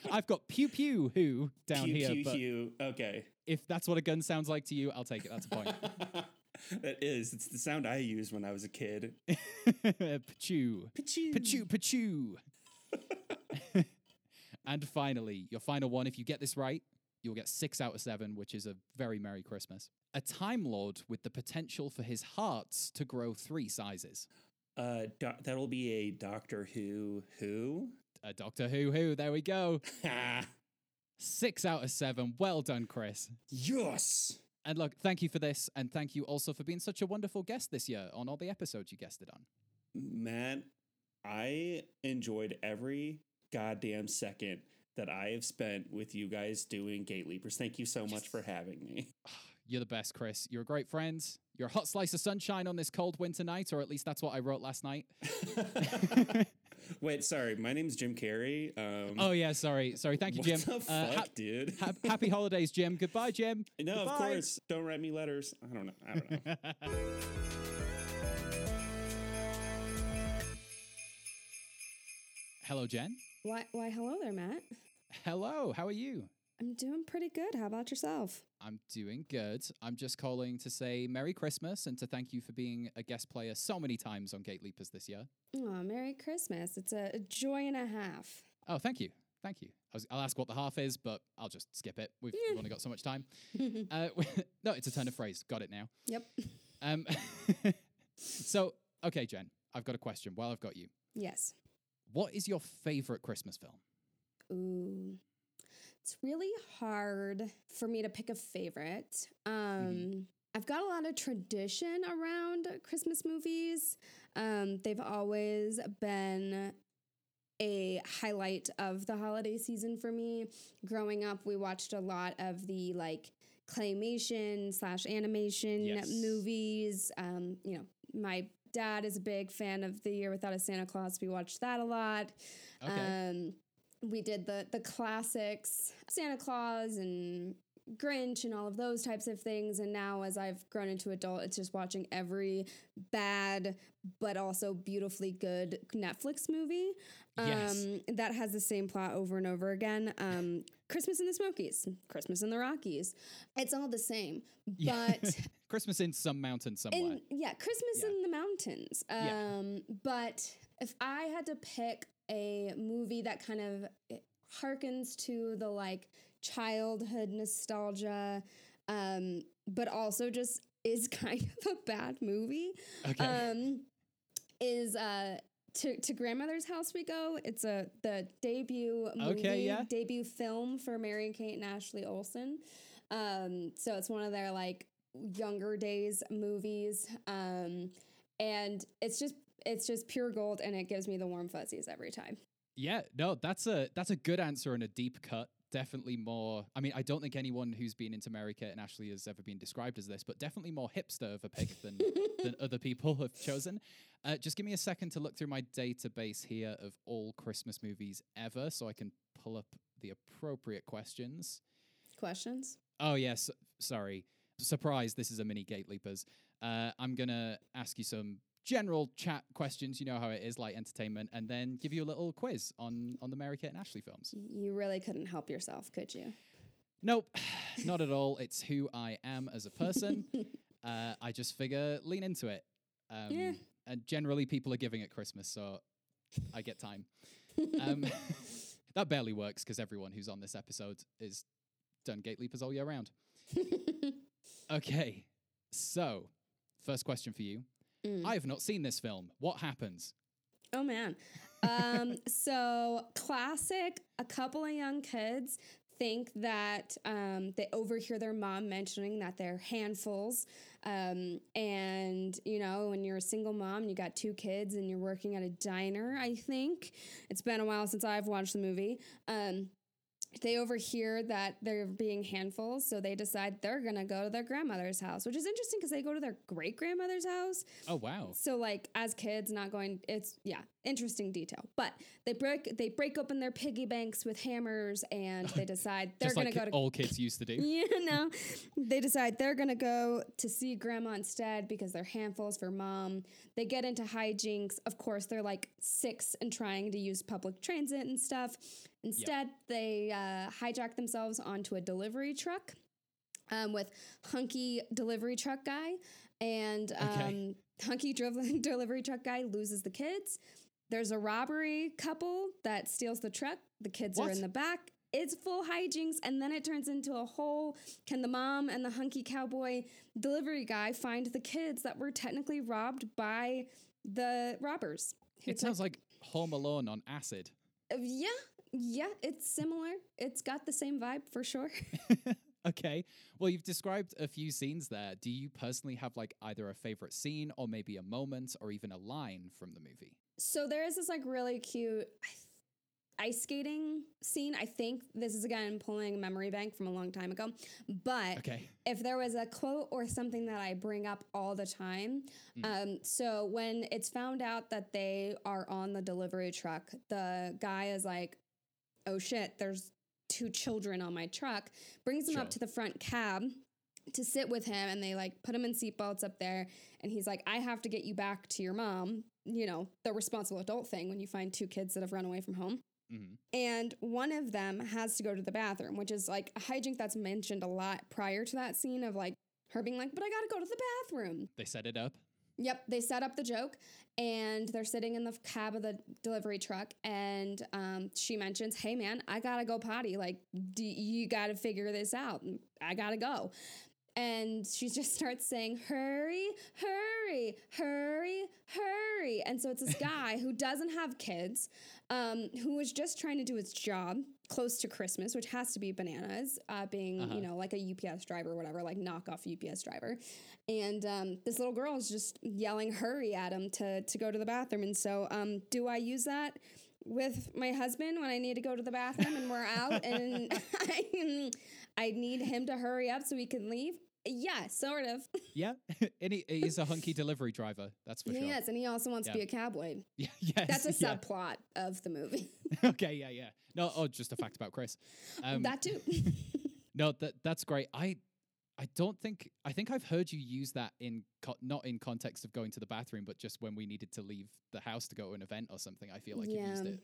S4: I've got pew pew who down
S6: Pew,
S4: here,
S6: pew,
S4: but
S6: pew. Okay.
S4: if that's what a gun sounds like to you, I'll take it. That's a point.
S6: that is. It's the sound I used when I was a kid.
S4: Pachu.
S6: Pachu.
S4: Pachu, pachu. and finally, your final one. If you get this right, you'll get six out of seven, which is a very Merry Christmas. A Time Lord with the potential for his hearts to grow three sizes.
S6: Uh, doc- that'll be a Doctor Who who.
S4: A Doctor Who Who, there we go.
S6: Ha.
S4: Six out of seven. Well done, Chris.
S6: yes.
S4: And look, thank you for this. And thank you also for being such a wonderful guest this year on all the episodes you guested on.
S6: Matt, I enjoyed every goddamn second that I have spent with you guys doing Gate Leapers. Thank you so much for having me.
S4: You're the best, Chris. You're a great friend. You're a hot slice of sunshine on this cold winter night, or at least that's what I wrote last night.
S6: Wait, sorry. My name's Jim Carrey. Um,
S4: Oh yeah, sorry, sorry. Thank you,
S6: what
S4: Jim.
S6: the
S4: Uh,
S6: fuck,
S4: hap-
S6: dude?
S4: hap- happy holidays, Jim. Goodbye, Jim.
S6: no, of
S4: Goodbye.
S6: course. Don't write me letters. I don't know. I don't know.
S4: Hello, Jen.
S7: Why, why, hello there, Matt.
S4: Hello. How are you?
S7: I'm doing pretty good. How about yourself?
S4: I'm doing good. I'm just calling to say Merry Christmas and to thank you for being a guest player so many times on Gate Leapers this year.
S7: Aw, Merry Christmas. It's a, a joy and a half.
S4: Oh, thank you. Thank you. I was, I'll ask what the half is, but I'll just skip it. We've, we've only got so much time. Uh, no, it's a turn of phrase. Got it now.
S7: Yep.
S4: Um, so, okay, Jen, I've got a question while I've got you.
S7: Yes.
S4: What is your favorite Christmas film?
S7: Ooh. It's really hard for me to pick a favorite. Um, I've got a lot of tradition around Christmas movies. Um, they've always been a highlight of the holiday season for me. Growing up, we watched a lot of the like claymation slash animation
S4: Yes.
S7: movies. Um, you know, my dad is a big fan of The Year Without a Santa Claus. We watched that a lot.
S4: Okay.
S7: Um, we did the the classics, Santa Claus and Grinch and all of those types of things. And now, as I've grown into adult, it's just watching every bad but also beautifully good Netflix movie
S4: Yes.
S7: um, that has the same plot over and over again. Um, Christmas in the Smokies, Christmas in the Rockies. It's all the same, but
S4: Christmas in some mountain somewhere.
S7: in, yeah, Christmas
S4: Yeah.
S7: in the mountains. Um,
S4: Yeah.
S7: But if I had to pick a movie that kind of eh, harkens to the like childhood nostalgia, um, but also just is kind of a bad movie,
S4: okay.
S7: um, is uh, to to grandmother's house we go. It's a the debut movie,
S4: Okay, yeah.
S7: debut film for Mary Kate and Ashley Olsen. Um, so it's one of their like younger days movies, um, and it's just it's just pure gold, and it gives me the warm fuzzies every time.
S4: yeah, no, that's a that's a good answer and a deep cut. Definitely more. I mean, I don't think anyone who's been into America and Ashley has ever been described as this, but definitely more hipster of a pick than than other people have chosen. Uh, just give me a second to look through my database here of all Christmas movies ever, so I can pull up the appropriate questions.
S7: Questions?
S4: Oh yes, sorry. Surprise! This is a mini gate leapers. Uh, I'm gonna ask you some general chat questions. You know how it is, like entertainment, and then give you a little quiz on on the Mary Kate and Ashley films.
S7: You really couldn't help yourself, could you?
S4: Nope, not at all. It's who I am as a person. uh, I just figure lean into it. Um,
S7: Yeah.
S4: And generally, people are giving at Christmas, so I get time. Um, that barely works because everyone who's on this episode is done gate leapers all year round. okay, so first question for you.
S7: Mm.
S4: I have not seen this film. What happens?
S7: Oh man. Um, so classic, a couple of young kids think that um, they overhear their mom mentioning that they're handfuls. Um, and, you know, when you're a single mom and you got two kids and you're working at a diner, I think. It's been a while since I've watched the movie. Um, they overhear that they're being handfuls, so they decide they're gonna go to their grandmother's house, which is interesting because they go to their great grandmother's house.
S4: Oh wow.
S7: So like as kids, not going. It's yeah, interesting detail. But they break they break open their piggy banks with hammers, and they decide they're
S4: Just
S7: gonna
S4: like
S7: go to.
S4: all kids used to do.
S7: you know, they decide they're gonna go to see grandma instead because they're handfuls for mom. They get into hijinks. Of course, they're like six and trying to use public transit and stuff. Instead, they uh, hijack themselves onto a delivery truck um, with hunky delivery truck guy, and um, hunky driv- delivery truck guy loses the kids. There's a robbery couple that steals the truck. The kids are
S4: What?
S7: in the back. It's full hijinks, and then it turns into a whole. Can the mom and the hunky cowboy delivery guy find the kids that were technically robbed by the robbers? who
S4: It sounds like Home Alone on acid.
S7: took- uh, yeah, yeah, it's similar. It's got the same vibe for sure.
S4: okay. Well, you've described a few scenes there. Do you personally have like either a favorite scene or maybe a moment or even a line from the movie?
S7: So there is this like really cute. I th- ice skating scene. I think this is again pulling memory bank from a long time ago. But
S4: Okay.
S7: if there was a quote or something that I bring up all the time, um, so when it's found out that they are on the delivery truck, the guy is like, "Oh shit, there's two children on my truck." Brings them up
S4: Sure.
S7: to the front cab to sit with him, and they like put him in seatbelts up there, and he's like, "I have to get you back to your mom." You know, the responsible adult thing when you find two kids that have run away from home.
S4: hmm
S7: And one of them has to go to the bathroom, which is like a hijink that's mentioned a lot prior to that scene of like her being like, but I gotta go to the bathroom.
S4: They set it up.
S7: Yep, they set up the joke and they're sitting in the cab of the delivery truck. And um, she mentions, hey man, I gotta go potty. Like, do you gotta figure this out. I gotta go. And she just starts saying, hurry, hurry, hurry, hurry. And so it's this guy who doesn't have kids, um, who was just trying to do his job close to Christmas, which has to be bananas, uh, being, you know, like a UPS driver or whatever, like knockoff UPS driver. And um, this little girl is just yelling, hurry at him to, to go to the bathroom. And so, um, do I use that? with my husband when I need to go to the bathroom and we're out and I, I need him to hurry up so we can leave. Yeah, sort of.
S4: Yeah. and he, he's a hunky delivery driver. That's for sure.
S7: Yes, and he also wants to
S4: Yeah.
S7: be a cowboy.
S4: Yeah, yes.
S7: That's a
S4: yeah.
S7: subplot of the movie.
S4: okay. Yeah. Yeah. No. Oh, just a fact about Chris. Um,
S7: that too.
S4: No, that that's great. I I don't think I think I've heard you use that in co- not in context of going to the bathroom, but just when we needed to leave the house to go to an event or something. I feel like you used
S7: Yeah.
S4: it.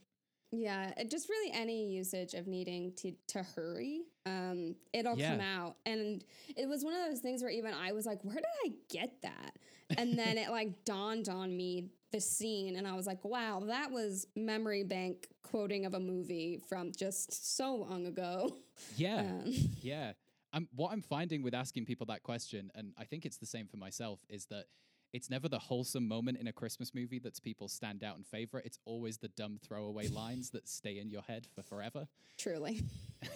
S7: yeah, it- just really any usage of needing to to hurry, um, it'll come out. And it was one of those things where even I was like, "Where did I get that?" And then it like dawned on me the scene, and I was like, "Wow, that was memory bank quoting of a movie from just so long ago."
S4: Yeah,
S7: Um,
S4: yeah. I'm what I'm finding with asking people that question, and I think it's the same for myself, is that it's never the wholesome moment in a Christmas movie that's people's stand out and favorite. It's always the dumb throwaway lines that stay in your head for forever.
S7: Truly.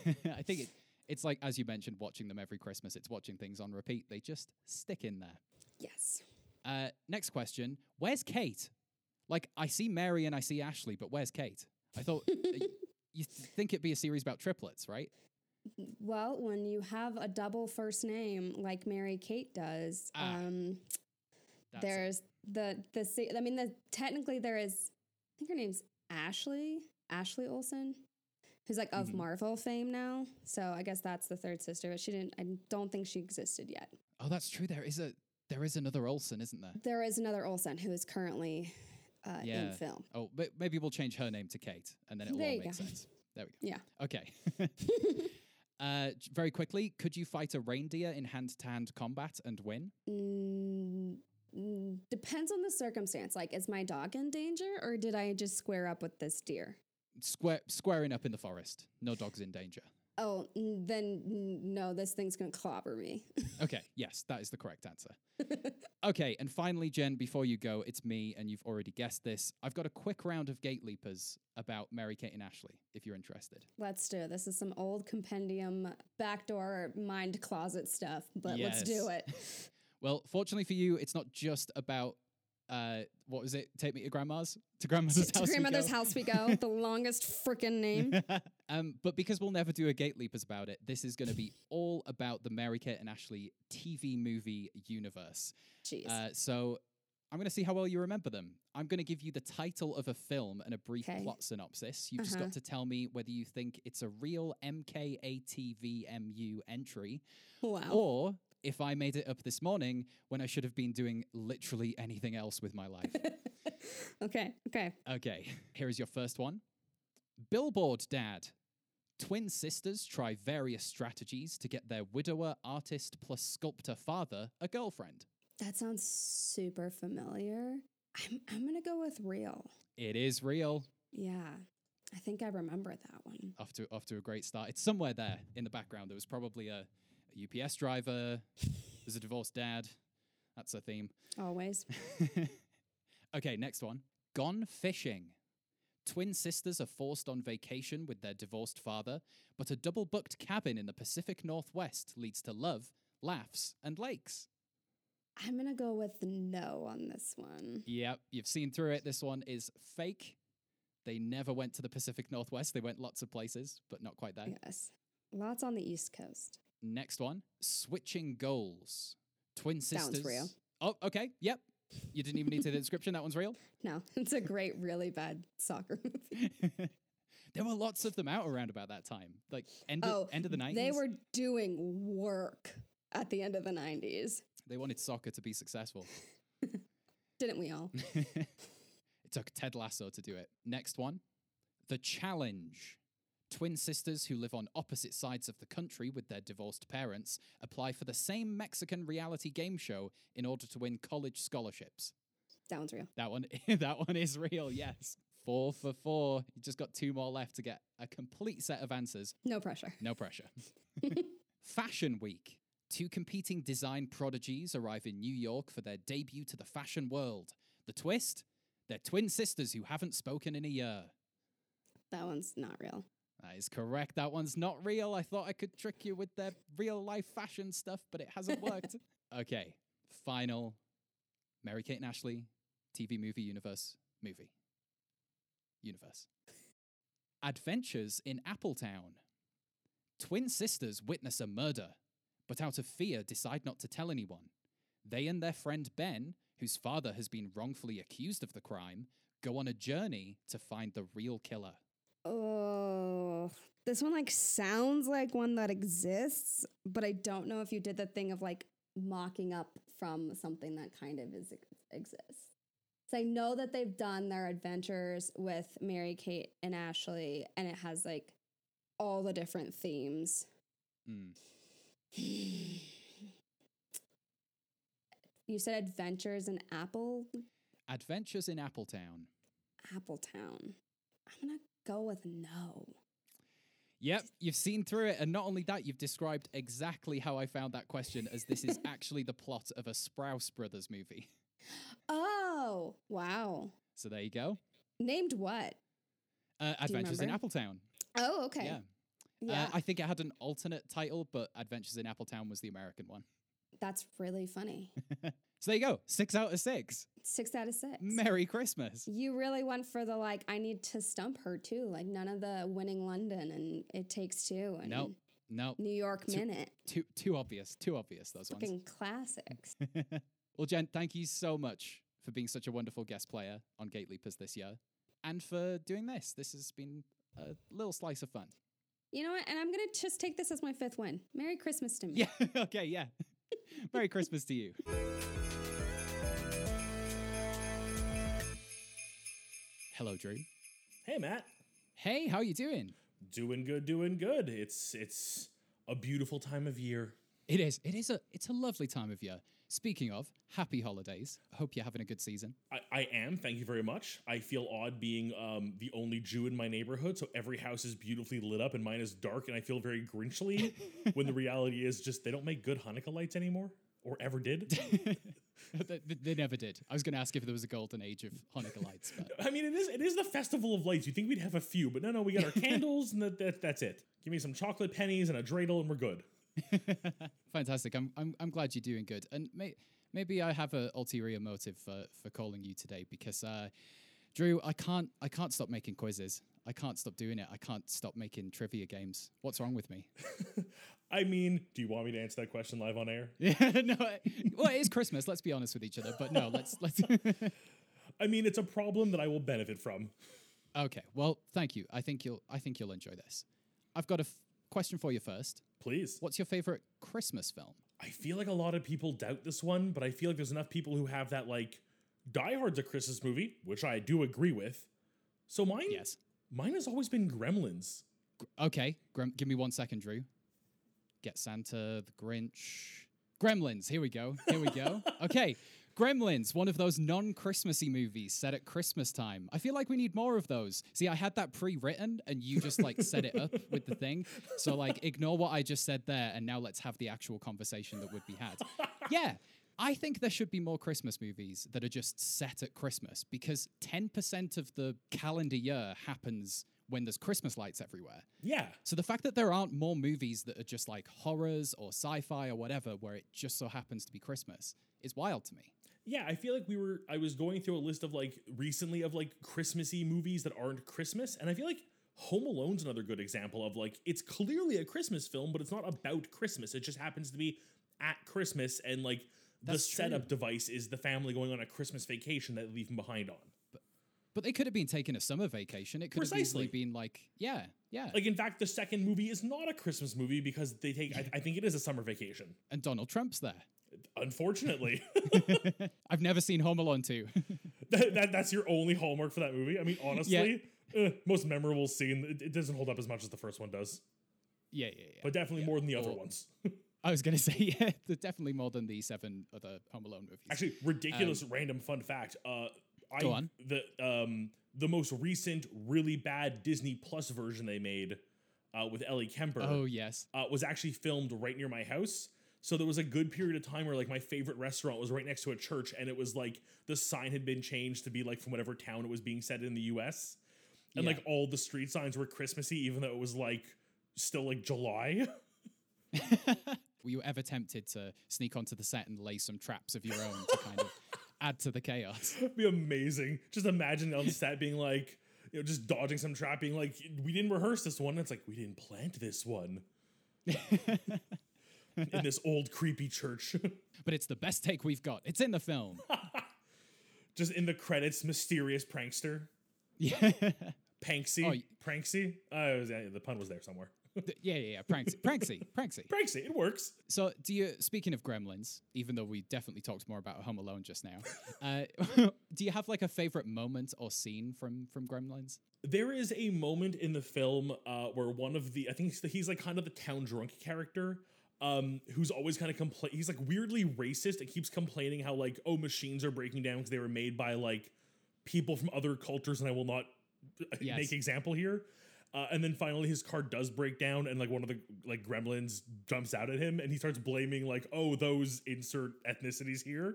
S4: I think it, it's like as you mentioned, watching them every Christmas. It's watching things on repeat. They just stick in there.
S7: Yes.
S4: Uh, next question. Where's Kate? Like, I see Mary and I see Ashley, but where's Kate? I thought uh, y- you th- think it'd be a series about triplets, right?
S7: Well, when you have a double first name like Mary Kate does,
S4: Ah,
S7: um,
S4: That's it.
S7: there's the the se- I mean, the technically there is. I think her name's Ashley Ashley Olsen, who's like of
S4: Mm-hmm.
S7: Marvel fame now. So I guess that's the third sister, but she didn't. I don't think she existed yet.
S4: Oh, that's true. There is a there is another Olsen, isn't there?
S7: There is another Olsen who is currently uh,
S4: Yeah.
S7: in film.
S4: Oh, but maybe we'll change her name to Kate, and then it'll
S7: There
S4: all
S7: you
S4: make
S7: go.
S4: sense. There we go.
S7: Yeah.
S4: Okay. uh, j- very quickly, could you fight a reindeer in hand-to-hand combat and win?
S7: Mm, mm, depends on the circumstance. Like, is my dog in danger, or did I just square up with this deer?
S4: Square squaring up in the forest. No dogs in danger.
S7: Oh, n- then n- no, this thing's gonna clobber me.
S4: Okay, yes, that is the correct answer. okay, and finally, Jen, before you go, it's me, and you've already guessed this. I've got a quick round of gate leapers about Mary Kate and Ashley, if you're interested.
S7: let's do it. This is some old compendium backdoor mind closet stuff, but let's do
S4: Yes.
S7: it.
S4: Well, fortunately for you, it's not just about uh, what was it? Take me to grandma's to grandmother's
S7: to
S4: house. we
S7: grandmother's
S4: go.
S7: house we go. the longest freaking name.
S4: um, but because we'll never do a Gate Leapers about it, this is going to be all about the Mary Kate and Ashley TV movie universe.
S7: Jeez.
S4: Uh, so I'm going to see how well you remember them. I'm going to give you the title of a film and a brief
S7: 'Kay.
S4: plot synopsis. You've
S7: Uh-huh.
S4: just got to tell me whether you think it's a real MKATVMU entry
S7: wow.
S4: or if I made it up this morning when I should have been doing literally anything else with my life.
S7: Okay. Okay.
S4: okay, here is your first one Billboard Dad. Twin sisters try various strategies to get their widower, artist, plus sculptor father a girlfriend.
S7: That sounds super familiar. I'm I'm gonna go with real.
S4: It is real.
S7: Yeah. I think I remember that one.
S4: off to off to a great start. It's somewhere there in the background. There was probably a, a UPS driver. There's a divorced dad. That's a theme.
S7: Always.
S4: okay, next one. Gone fishing. Twin sisters are forced on vacation with their divorced father, but a double booked cabin in the Pacific Northwest leads to love, laughs, and lakes.
S7: I'm gonna go with no on this one.
S4: Yep, you've seen through it. This one is fake. They never went to the Pacific Northwest. They went lots of places, but not quite there.
S7: Yes. Lots on the East Coast.
S4: Next one, switching goals. Twin sisters.
S7: Sounds real.
S4: Oh, okay. Yep. You didn't even need to the description. That one's real.
S7: No, it's a great, really bad soccer movie.
S4: there were lots of them out around about that time, like end of,
S7: Oh,
S4: end of the 90s.
S7: They were doing work at the end of the 90s.
S4: They wanted soccer to be successful.
S7: Didn't we all?
S4: It took Ted Lasso to do it. Next one, the challenge. Twin sisters who live on opposite sides of the country with their divorced parents apply for the same Mexican reality game show in order to win college scholarships.
S7: Sounds real.
S4: That one, that one is real. Yes, four for four. You just got two more left to get a complete set of answers.
S7: No pressure.
S4: No pressure. Fashion Week. Two competing design prodigies arrive in New York for their debut to the fashion world. The twist? They're twin sisters who haven't spoken in a year.
S7: That one's not real.
S4: That is correct. That one's not real. I thought I could trick you with their real life fashion stuff, but it hasn't worked. okay, final Mary Kate and Ashley TV movie universe movie. Universe. Adventures in Appletown. Twin sisters witness a murder, but out of fear decide not to tell anyone. They and their friend Ben, whose father has been wrongfully accused of the crime, go on a journey to find the real killer.
S7: Oh, this one like sounds like one that exists, but I don't know if you did the thing of like mocking up from something that kind of is exists. So I know that they've done their adventures with Mary Kate and Ashley, and it has like all the different themes.
S4: Mm.
S7: You said adventures in Apple
S4: Adventures in Appletown.
S7: Appletown. I'm gonna go with no.
S4: Yep, you've seen through it. And not only that, you've described exactly how I found that question as this is actually the plot of a Sprouse Brothers movie.
S7: Oh wow!
S4: So there you go.
S7: Named what?
S4: Uh, Adventures in
S7: remember?
S4: Appletown.
S7: Oh okay.
S4: Yeah.
S7: Yeah,
S4: Uh, I think it had an alternate title, but Adventures in Appletown was the American one.
S7: that's really funny.
S4: So there you go. Six out of six.
S7: Six out of six.
S4: Merry Christmas.
S7: you really went for the like. I need to stump her too. Like none of the winning London and it takes two and
S4: No, no.
S7: New York
S4: Two-
S7: minute.
S4: Too, too obvious. Too obvious, those ones.
S7: Fucking classics.
S4: Well, Jen, thank you so much for being such a wonderful guest player on Gate Leapers this year and for doing this. This has been a little slice of fun.
S7: you know what? And I'm gonna just take this as my fifth win. Merry Christmas to me.
S4: Yeah. okay. Yeah. Merry Christmas to you. Hello, Drew.
S8: Hey, Matt.
S4: Hey, how you doing?
S8: Doing good, doing good. It's it's a beautiful time of year.
S4: It is. It is a. It's a lovely time of year. Speaking of, happy holidays. I hope you're having a good season.
S8: I, I am. Thank you very much. I feel odd being um, the only Jew in my neighborhood, so every house is beautifully lit up and mine is dark, and I feel very grinchly when the reality is just they don't make good Hanukkah lights anymore, or ever did.
S4: they, they- they never did. I was going to ask if there was a golden age of Hanukkah lights, but
S8: I mean, it is it is the festival of lights. You think we'd have a few, but no, no, we got our candles, and that, that that's it. Give me some chocolate pennies and a dreidel, and we're good.
S4: Fantastic. I'm, I'm I'm glad you're doing good. And may, maybe I have a ulterior motive for for calling you today because uh, Drew, I can't I can't stop making quizzes. I can't stop doing it. I can't stop making trivia games. What's wrong with me?
S8: I mean, do you want me to answer that question live on air?
S4: Yeah, no. I- Well, it is Christmas. Let's be honest with each other. But no, let's let's.
S8: I mean, it's a problem that I will benefit from.
S4: okay. Well, thank you. I think you'll I think you'll enjoy this. I've got a f- question for you first.
S8: Please.
S4: What's your favorite Christmas film?
S8: I feel like a lot of people doubt this one, but I feel like there's enough people who have that like Die Hard's a Christmas movie, which I do agree with. So mine,
S4: Yes.
S8: mine has always been Gremlins.
S4: Okay, Grem- give me one second, Drew. Get Santa, the Grinch, Gremlins. Here we go. Here we go. okay, Gremlins, one of those non-Christmassy movies set at Christmas time. I feel like we need more of those. See, I had that pre-written, and you just like set it up with the thing. So like, ignore what I just said there, and now let's have the actual conversation that would be had. yeah. I think there should be more Christmas movies that are just set at Christmas because 10% of the calendar year happens when there's Christmas lights everywhere.
S8: Yeah,
S4: So the fact that there aren't more movies that are just like horrors or sci-fi or whatever, where it just so happens to be Christmas, is wild to me.
S8: yeah, I feel like we were. I was going through a list of like recently of like Christmassy movies that aren't Christmas, and I feel like Home Alone's another good example of like it's clearly a Christmas film, but it's not about Christmas. It just happens to be at Christmas, and like
S4: That's
S8: the
S4: true.
S8: setup device is the family going on a Christmas vacation that they leave them behind on.
S4: But they could have been taking a summer vacation. It could have easily
S8: Precisely.
S4: been like, yeah, yeah.
S8: Like in fact, the second movie is not a Christmas movie because they take. I, I think it is a summer vacation.
S4: and Donald Trump's there.
S8: Unfortunately,
S4: I've never seen Home Alone 2.
S8: that, that that's your only hallmark for that movie. I mean, honestly, eh, most memorable scene. It, it doesn't hold up as much as the first one does,
S4: yeah, yeah, yeah.
S8: but definitely more than the other
S4: Or-
S8: ones.
S4: I was going to say, yeah, they're definitely more than the seven other Home Alone movies. Um,
S8: Actually, ridiculous random fun fact. Uh, I,
S4: Go on.
S8: The um the most recent really bad Disney Plus version they made uh, with Ellie Kemper
S4: oh, yes.
S8: uh, was actually filmed right near my house. So there was a good period of time where like my favorite restaurant was right next to a church, and it was like the sign had been changed to be like from whatever town it was being set in the U.S. And
S4: Yeah.
S8: like all the street signs were Christmassy, even though it was like still like July.
S4: Were you ever tempted to sneak onto the set and lay some traps of your own to kind of add to the chaos?
S8: It'd be amazing. Just imagine on the set being like, you know, just dodging some trap, being like, we didn't rehearse this one. And it's like, we didn't plant this one in this old creepy church.
S4: But it's the best take we've got. It's in the film.
S8: just in the credits, mysterious prankster.
S4: yeah.
S8: Panksy.
S4: Oh, y-
S8: Pranksy. Uh, it was- yeah, the pun was there somewhere.
S4: D- yeah, yeah, yeah. Pranksy. Pranksy. Pranksy.
S8: Pranksy. It works.
S4: So, do you? Speaking of Gremlins, even though we definitely talked more about Home Alone just now, uh, do you have like a favorite moment or scene from from Gremlins?
S8: There is a moment in the film uh, where one of the, I think he's, he's like kind of the town drunk character. Um, who's always kind of complain? He's like weirdly racist. It keeps complaining how like oh machines are breaking down because they were made by like people from other cultures, and I will not uh,
S4: Yes.
S8: make example here. Uh, and then finally, his car does break down, and like one of the like gremlins jumps out at him, and he starts blaming like oh those insert ethnicities here.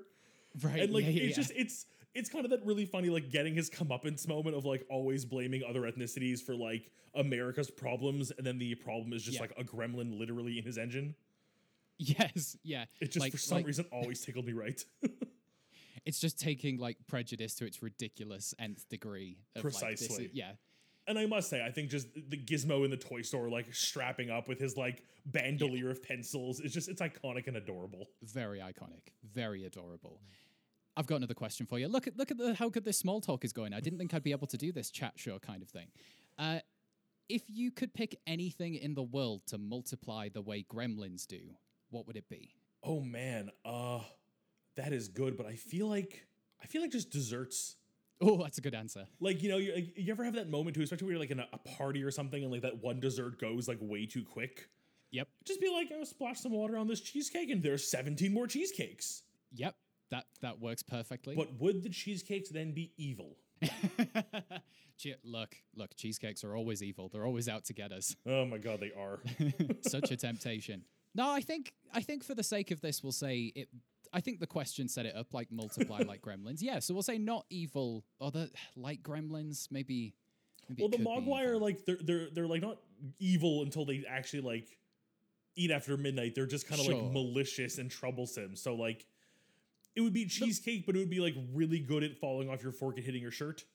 S4: Right.
S8: and like
S4: yeah, yeah,
S8: it's
S4: yeah.
S8: just it's it's kind of that really funny like getting his comeuppance moment of like always blaming other ethnicities for like America's problems, and then the problem is just
S4: Yeah.
S8: like a gremlin literally in his engine.
S4: yes, yeah.
S8: It just
S4: Like-
S8: for some
S4: like-
S8: reason always tickled me right.
S4: it's just taking like prejudice to its ridiculous nth degree. Of, like, this is-
S8: Precisely.
S4: yeah.
S8: and I must say, I think just the Gizmo in the toy store like strapping up with his like bandolier of pencils is just it's iconic and adorable.
S4: Very iconic. Very adorable. I've got another question for you. Look at look at the, how good this small talk is going. I didn't think I'd be able to do this chat show kind of thing. Uh, if you could pick anything in the world to multiply the way gremlins do, what would it be?
S8: Oh man, uh that is good, but I feel like I feel like just desserts.
S4: Oh, that's a good answer.
S8: Like you know, you, like, you ever have that moment too, especially when you're like in a, a party or something, and like that one dessert goes like way too quick.
S4: Yep.
S8: Just be like, oh, splash some water on this cheesecake, and there's 17 more cheesecakes.
S4: Yep. That that works perfectly.
S8: But would the cheesecakes then be evil?
S4: Che- look, look, cheesecakes are always evil. They're always out to get us.
S8: Oh my god, they are.
S4: such a temptation. No, I think I think for the sake of this, we'll say it. I think the question set it up like multiply like gremlins. Yeah, so we'll say not evil or the like gremlins. Maybe. maybe
S8: well,
S4: it
S8: the
S4: could be
S8: Mogwai are
S4: evil.
S8: like they're they're they're like not evil until they actually like eat after midnight. They're just kind of
S4: Sure.
S8: like malicious and troublesome. So like, it would be cheesecake, but it would be like really good at falling off your fork and hitting your shirt.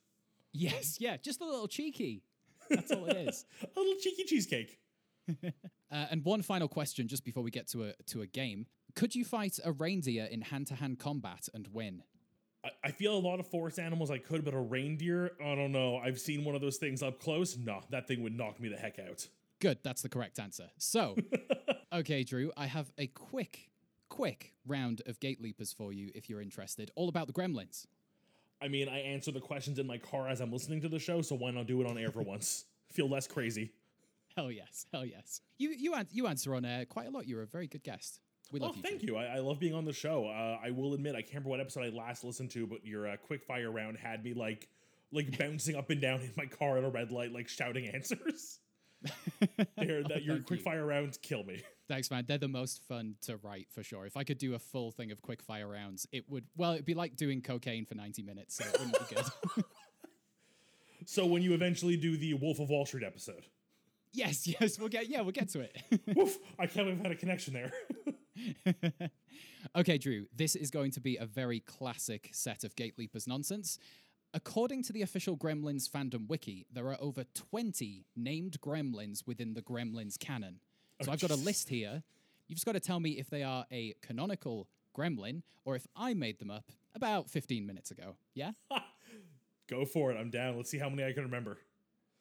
S4: yes, yeah, just a little cheeky. That's all it is.
S8: A little cheeky cheesecake.
S4: Uh, and one final question, just before we get to a to a game, could you fight a reindeer in hand to hand combat and win?
S8: I, I feel a lot of forest animals I could, but a reindeer, I don't know. I've seen one of those things up close. Nah, that thing would knock me the heck out.
S4: Good, that's the correct answer. So, okay, Drew, I have a quick, quick round of gate leapers for you if you're interested. All about the gremlins.
S8: I mean, I answer the questions in my car as I'm listening to the show, so why not do it on air for once? Feel less crazy.
S4: Hell yes, hell yes. You you an- you answer on air quite a lot. You're a very good guest. We love
S8: oh,
S4: you.
S8: thank
S4: Drew.
S8: you. I, I love being on the show. Uh, I will admit, I can't remember what episode I last listened to, but your uh, quick fire round had me like, like bouncing up and down in my car at a red light, like shouting answers. There, that your
S4: thank
S8: quick
S4: you.
S8: fire rounds kill me.
S4: Thanks, man. They're the most fun to write for sure. If I could do a full thing of quick fire rounds, it would well, it'd be like doing cocaine for 90 minutes, so it wouldn't be good.
S8: So when you eventually do the Wolf of Wall Street episode,
S4: Yes, yes, we'll get yeah, we'll get to
S8: Woof! I can't believe I had a connection there.
S4: it. okay, Drew, this is going to be a very classic set of Gate Leapers nonsense. According to the official Gremlins fandom wiki, there are over 20 named gremlins within the Gremlins canon. So I've got a list here. You've just got to tell me if they are a canonical gremlin or if I made them up about 15 minutes ago. Yeah?
S8: Go for it. I'm down. Let's see how many I can remember.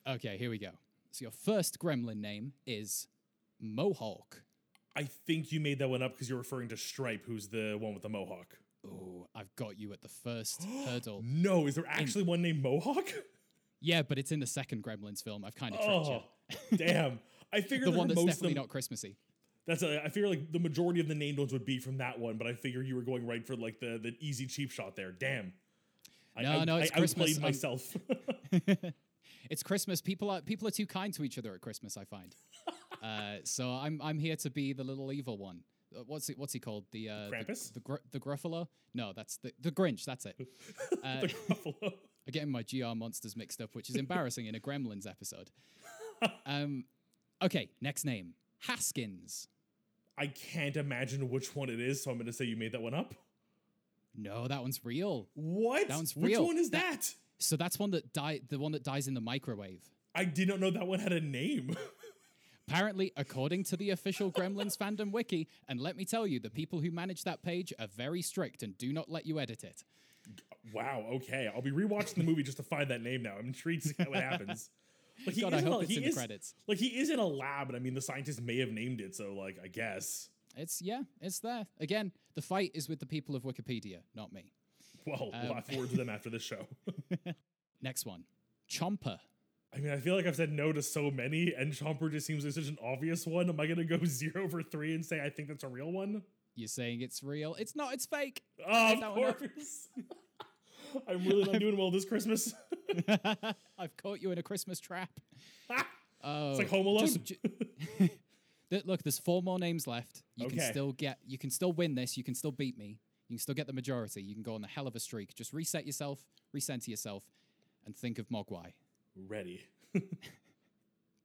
S4: Okay, here we go. So your first gremlin name is Mohawk.
S8: I think you made that one up because you're referring to Stripe, who's the one with the mohawk.
S4: Oh, I've got you at the first hurdle.
S8: No, is there actually one named Mohawk?
S4: Yeah, but it's in the second Gremlins film. I've kind of tricked
S8: Oh, damn! I figured
S4: you. The one
S8: that
S4: that's
S8: most of
S4: definitely
S8: them,
S4: not Christmassy.
S8: That's uh, I figure like the majority of the named ones would be from that one, but I figure you were going right for like the the easy cheap shot there. Damn. I,
S4: No,
S8: I,
S4: no, it's
S8: I
S4: Christmas.
S8: outplayed
S4: I'm-
S8: myself.
S4: It's Christmas. People are people are too kind to each other at Christmas. I find. uh, so I'm I'm here to be the little evil one. Uh, what's it? What's he called? The uh,
S8: Krampus?
S4: The, the, gr- the Gruffalo? No, that's the the Grinch. That's it. Uh,
S8: the Gruffalo.
S4: I'm getting my GR monsters mixed up, which is embarrassing in a Gremlins episode. Um, okay, next name Haskins.
S8: I can't imagine which one it is, so I'm going to say you made that one up.
S4: No, that one's real.
S8: What?
S4: That one's
S8: which
S4: real.
S8: one is
S4: That-
S8: that?
S4: So that's one that die the one that dies in the microwave.
S8: I did not know that one had a name.
S4: Apparently, according to the official Gremlins fandom wiki, and let me tell you, the people who manage that page are very strict and do not let you edit it.
S8: wow. Okay, I'll be rewatching the movie just to find that name now. I'm intrigued to see how it happens. Like he
S4: God, I
S8: is in
S4: hope
S8: a-
S4: it's
S8: he
S4: in the
S8: is-
S4: credits.
S8: Like he is in a lab, and I mean the scientist may have named it, so like I guess.
S4: It's yeah, it's there. Again, the fight is with the people of Wikipedia, not me.
S8: Well, we'll
S4: Um,
S8: have to words with them after this show.
S4: Next one, Chomper.
S8: I mean, I feel like I've said no to so many, and Chomper just seems like such an obvious one. Am I going to go zero for three and say I think that's a real one?
S4: You're saying it's real? It's not. It's fake.
S8: Oh,
S4: that
S8: of
S4: one up.
S8: course. I'm really not doing well this Christmas.
S4: I've caught you in a Christmas trap. Oh,
S8: like Home Alone.
S4: ju- Th- look, there's four more names left. You
S8: Okay.
S4: can still get. You can still win this. You can still beat me. You can still get the majority. You can go on a hell of a streak. Just reset yourself, recenter yourself, and think of Mogwai.
S8: Ready.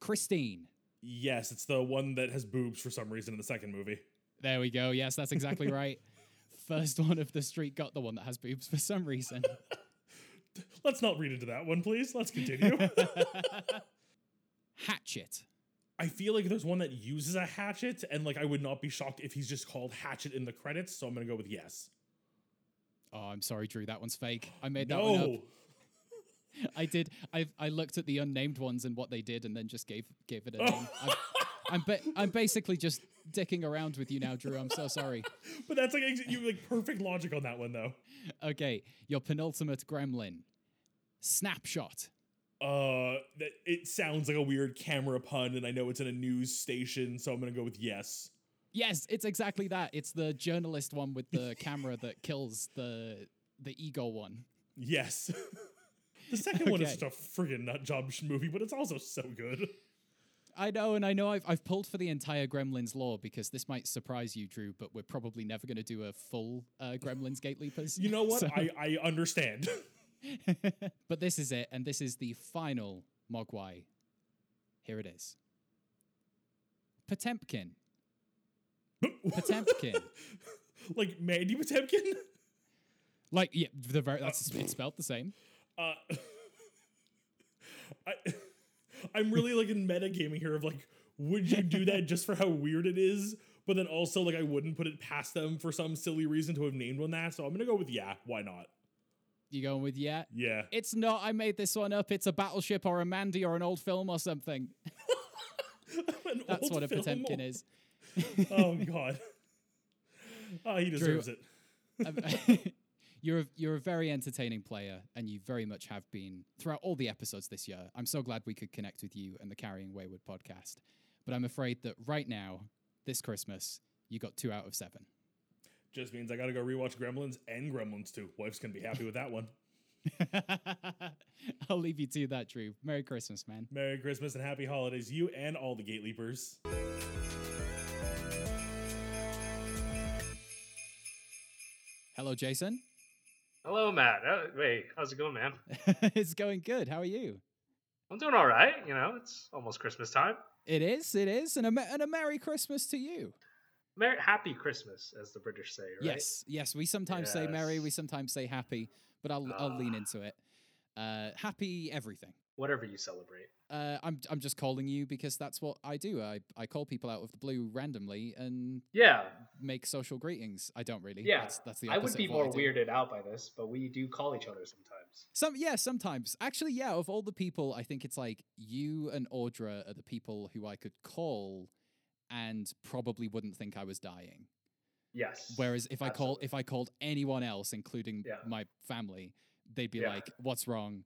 S4: Christine.
S8: Yes, it's the one that has boobs for some reason in the second movie.
S4: There we go. Yes, that's exactly right. First one of the street got the one that has boobs for some reason.
S8: Let's not read into that one, please. Let's continue.
S4: Hatchet.
S8: I feel like there's one that uses a hatchet, and like I would not be shocked if he's just called Hatchet in the credits. So I'm going to go with yes.
S4: Oh, I'm sorry, Drew. That one's fake. I made that one up.
S8: No.
S4: I did. I I looked at the unnamed ones and what they did, and then just gave gave it a name. I'm I'm, ba- I'm basically just dicking around with you now, Drew. I'm so sorry.
S8: But that's like ex- you like perfect logic on that one though.
S4: Okay, your penultimate gremlin, snapshot.
S8: Uh, that it sounds like a weird camera pun, and I know it's in a news station, so I'm gonna go with yes.
S4: Yes, it's exactly that. It's the journalist one with the camera that kills the the ego one.
S8: Yes. the second one is
S4: Okay.
S8: just a friggin' nut job sh- movie, but it's also so good.
S4: I know, and I know I've, I've pulled for the entire Gremlins lore because this might surprise you, Drew, but we're probably never going to do a full uh, Gremlins Gate Leapers.
S8: You know what?
S4: So-
S8: I I understand.
S4: but this is it, and this is the final Mogwai. Here it is. Potemkin. Potemkin.
S8: like Mandy Potemkin.
S4: like yeah, the very that's it's spelled the same.
S8: Uh, I I'm really like in metagaming here of like, would you do that just for how weird it is? But then also like I wouldn't put it past them for some silly reason to have named one that. So I'm gonna go with yeah. Why not?
S4: You going with yeah?
S8: Yeah.
S4: It's not. I made this one up. It's a battleship or a Mandy or an old film or something.
S8: An
S4: That's
S8: old
S4: what a
S8: film.
S4: Potemkin is.
S8: Oh god. Oh, he deserves it.
S4: Um, you're a, you're a very entertaining player, and you very much have been throughout all the episodes this year. I'm so glad we could connect with you and the Carrying Wayward podcast. But I'm afraid that right now, this Christmas, you got two out of seven.
S8: Just means I gotta go rewatch Gremlins and Gremlins 2. Wife's gonna be happy with that one.
S4: I'll leave you to that, Drew. Merry Christmas, man.
S8: Merry Christmas and happy holidays, you and all the Gate Leapers.
S4: Hello, Jason.
S9: Hello, Matt. Oh, wait, how's it going, man?
S4: it's going good. How are you?
S9: I'm doing all right. You know, it's almost Christmas time.
S4: It is, it is, and a, me- and a Merry Christmas to you.
S9: Mer- Happy Christmas, as the British say, right?
S4: Yes, yes. We sometimes say merry, we
S9: Yes.
S4: sometimes say happy, but I'll I'll lean
S9: Ah.
S4: into it. Uh, happy everything.
S9: Whatever you celebrate.
S4: Uh, I'm I'm just calling you because that's what I do. I, I call people out of the blue randomly and
S9: Yeah,
S4: make social greetings. I don't really.
S9: Yeah,
S4: that's, that's the
S9: I
S4: opposite
S9: would be
S4: of what
S9: more
S4: do.
S9: weirded out by this, but we do call each other sometimes.
S4: Some yeah, sometimes actually yeah. Of all the people, I think it's like you and Audra are the people who I could call and probably wouldn't think I was dying.
S9: Yes.
S4: Whereas if I call
S9: Absolutely.
S4: if I called anyone else, including
S9: Yeah.
S4: my family, they'd be
S9: Yeah.
S4: like, "What's wrong?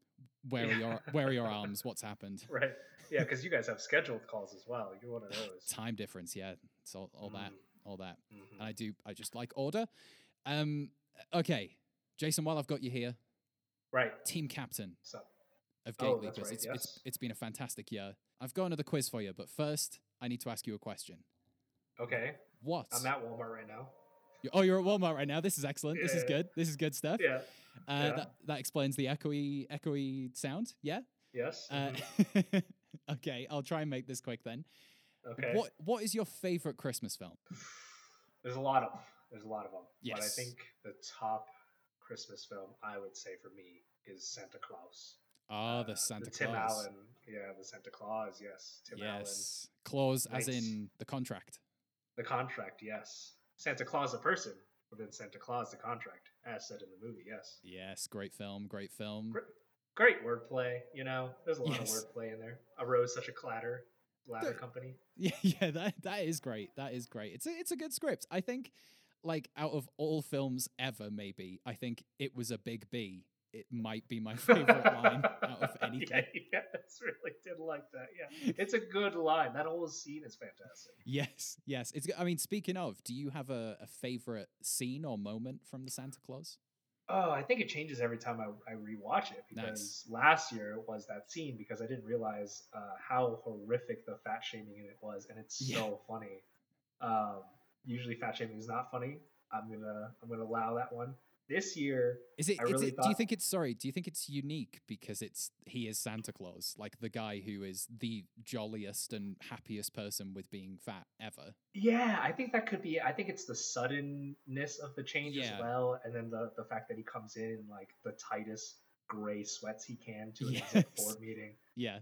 S4: Where are your Where are your arms? What's happened?"
S9: Right. Yeah, because you guys have scheduled calls as well. You're one of those.
S4: Time difference, yeah. It's all, all that,
S9: Mm.
S4: all that.
S9: Mhm.
S4: And I do, I just like order. Um, okay, Jason. While I've got you here,
S9: Right.
S4: team captain
S9: So
S4: of
S9: Oh,
S4: Gate
S9: that's
S4: Leapers.
S9: right,
S4: It's, it's
S9: yes.
S4: it's been a fantastic year. I've got another quiz for you, but first I need to ask you a question.
S9: okay,
S4: What?
S9: I'm at Walmart right now.
S4: You- oh, you're at Walmart right now. This is excellent. This is
S9: Yeah.
S4: good. This is good stuff.
S9: Yeah.
S4: Uh,
S9: Yeah.
S4: That, that explains the echoey echoey sound. Yeah.
S9: Yes.
S4: Uh,
S9: mhm,
S4: okay, I'll try and make this quick then.
S9: okay.
S4: What What is your favorite Christmas film?
S9: There's a lot of there's a lot of them. But I
S4: Yes.
S9: think the top Christmas film I would say for me is Santa Claus.
S4: Ah,
S9: Uh,
S4: the Santa
S9: Tim
S4: Claus.
S9: Allen. Yeah, the Santa Claus. Yes, Tim Allen.
S4: yes, clause as
S9: Nice.
S4: in the contract.
S9: The contract. Yes, Santa Claus the person, but then Santa Claus the contract, as said in the movie. Yes.
S4: Yes, great film, great film.
S9: Gr- Great wordplay. You know, there's a lot
S4: Yes.
S9: of wordplay in there. A rose such a clatter. Ladder
S4: There-
S9: company.
S4: Yeah, yeah, that that is great. That is great. It's a it's a good script. I think, like out of all films ever, maybe I think it was a big B. It might be my favorite line out of anything.
S9: Yeah, yes, really did like that. Yeah, it's a good line. That whole scene is fantastic.
S4: Yes, yes. It's. g- I mean, speaking of, do you have a, a favorite scene or moment from the Santa Claus?
S9: Oh, I think it changes every time I, I rewatch it because last year it was that scene because I didn't realize uh, how horrific the fat shaming in it was, and it's
S4: Yeah.
S9: so funny. Um, usually, fat shaming is not funny. I'm gonna I'm gonna allow that one. This year,
S4: Is it?
S9: I
S4: is
S9: really
S4: it do you
S9: thought-
S4: think it's sorry? Do you think it's unique because it's he is Santa Claus, like the guy who is the jolliest and happiest person with being fat ever?
S9: yeah, I think that could be. I think it's the suddenness of the change
S4: Yeah.
S9: as well, and then the the fact that he comes in in like the tightest gray sweats he can to an exec
S4: Yes.
S9: board meeting.
S4: Yeah,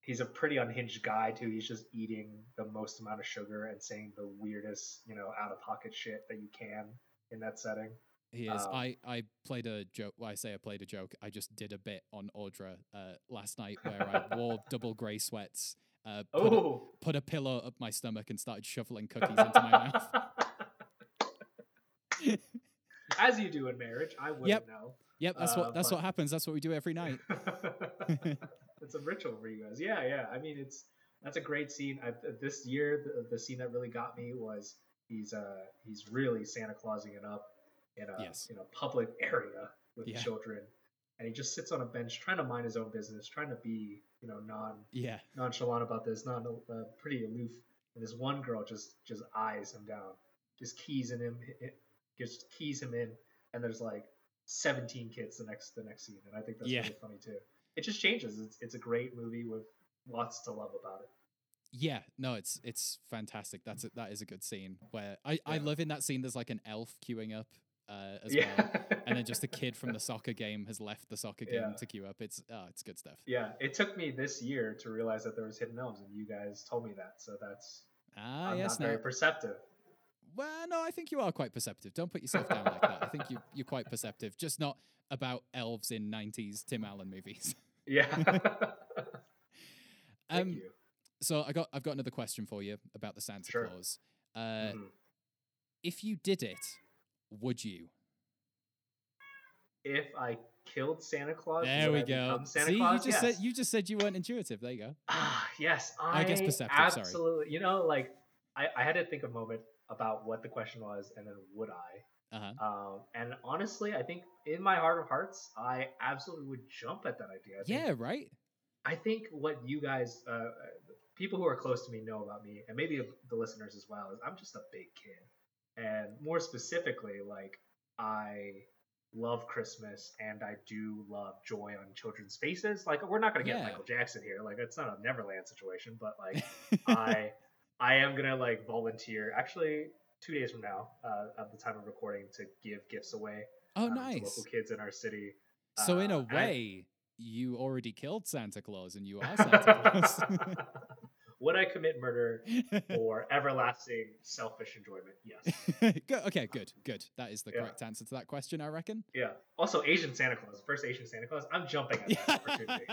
S9: he's a pretty unhinged guy too. He's just eating the most amount of sugar and saying the weirdest, you know, out of pocket shit that you can in that setting.
S4: he is.
S9: Um,
S4: I I played a joke. Well, I say I played a joke. I just did a bit on Audra uh, last night where I wore double grey sweats. Uh, put, a,
S9: Oh,
S4: put a pillow up my stomach and started shoveling cookies into my mouth.
S9: As you do in marriage, I wouldn't
S4: Yep.
S9: know.
S4: Yep, that's
S9: Uh,
S4: what that's
S9: but-
S4: what happens. That's what we do every night.
S9: it's a ritual for you guys. Yeah, yeah. I mean, it's that's a great scene. I, th- this year, the, the scene that really got me was he's uh he's really Santa Clausing it up in a
S4: Yes.
S9: in a public area with
S4: Yeah.
S9: children, and he just sits on a bench trying to mind his own business, trying to be you know non
S4: Yeah.
S9: nonchalant about this, not uh, pretty aloof. And this one girl just just eyes him down, just keys in him, i- i- just keys him in. And there's like 17 kids the next the next scene, and I think that's
S4: Yeah.
S9: really funny too. It just changes. It's it's a great movie with lots to love about it.
S4: Yeah, no, it's it's fantastic. That's a, that is a good scene where I I
S9: Yeah.
S4: love in that scene. There's like an elf queuing up uh, as
S9: yeah.
S4: well, and then just a kid from the soccer game has left the soccer game
S9: Yeah.
S4: to queue up. It's oh, it's good stuff.
S9: Yeah, it took me this year to realize that there was hidden elves, and you guys told me that. So that's
S4: Ah,
S9: I'm
S4: yes,
S9: not
S4: no,
S9: very perceptive.
S4: well, no, I think you are quite perceptive. Don't put yourself down like that. I think you you're quite perceptive, just not about elves in '90s Tim Allen movies.
S9: Yeah. Thank
S4: Um,
S9: you.
S4: so I got I've got another question for you about the Santa
S9: Sure.
S4: Claus. Uh,
S9: Mhm.
S4: If you did it, would you?
S9: if I killed Santa Claus,
S4: There
S9: would
S4: we
S9: I
S4: go.
S9: become Santa
S4: See,
S9: Claus?
S4: you just
S9: yes.
S4: said you just said you weren't intuitive. There you go.
S9: Ah, yes, I,
S4: I guess perceptive, sorry.
S9: absolutely. You know, like I, I had to think a moment about what the question was, and then would I?
S4: Uh huh.
S9: Um, and honestly, I think in my heart of hearts, I absolutely would jump at that idea. I think-
S4: Yeah. Right.
S9: I think what you guys, uh, uh, people who are close to me, know about me, and maybe the listeners as well, is I'm just a big kid, and more specifically, like I love Christmas and I do love joy on children's faces. Like we're not gonna get
S4: Yeah.
S9: Michael Jackson here. Like it's not a Neverland situation, but like I I am gonna like volunteer actually two days from now, uh, at the time of recording, to give gifts away
S4: oh,
S9: um, to
S4: nice.
S9: local kids in our city.
S4: So in
S9: Uh,
S4: a
S9: and I-
S4: way, you already killed Santa Claus, and you are Santa
S9: Would I commit murder
S4: Claus.
S9: for everlasting selfish enjoyment? Yes.
S4: Go- okay, good, good. That is the
S9: Yeah.
S4: correct answer to that question, I reckon.
S9: Yeah. Also, Asian Santa Claus, first Asian Santa Claus. I'm jumping at that opportunity.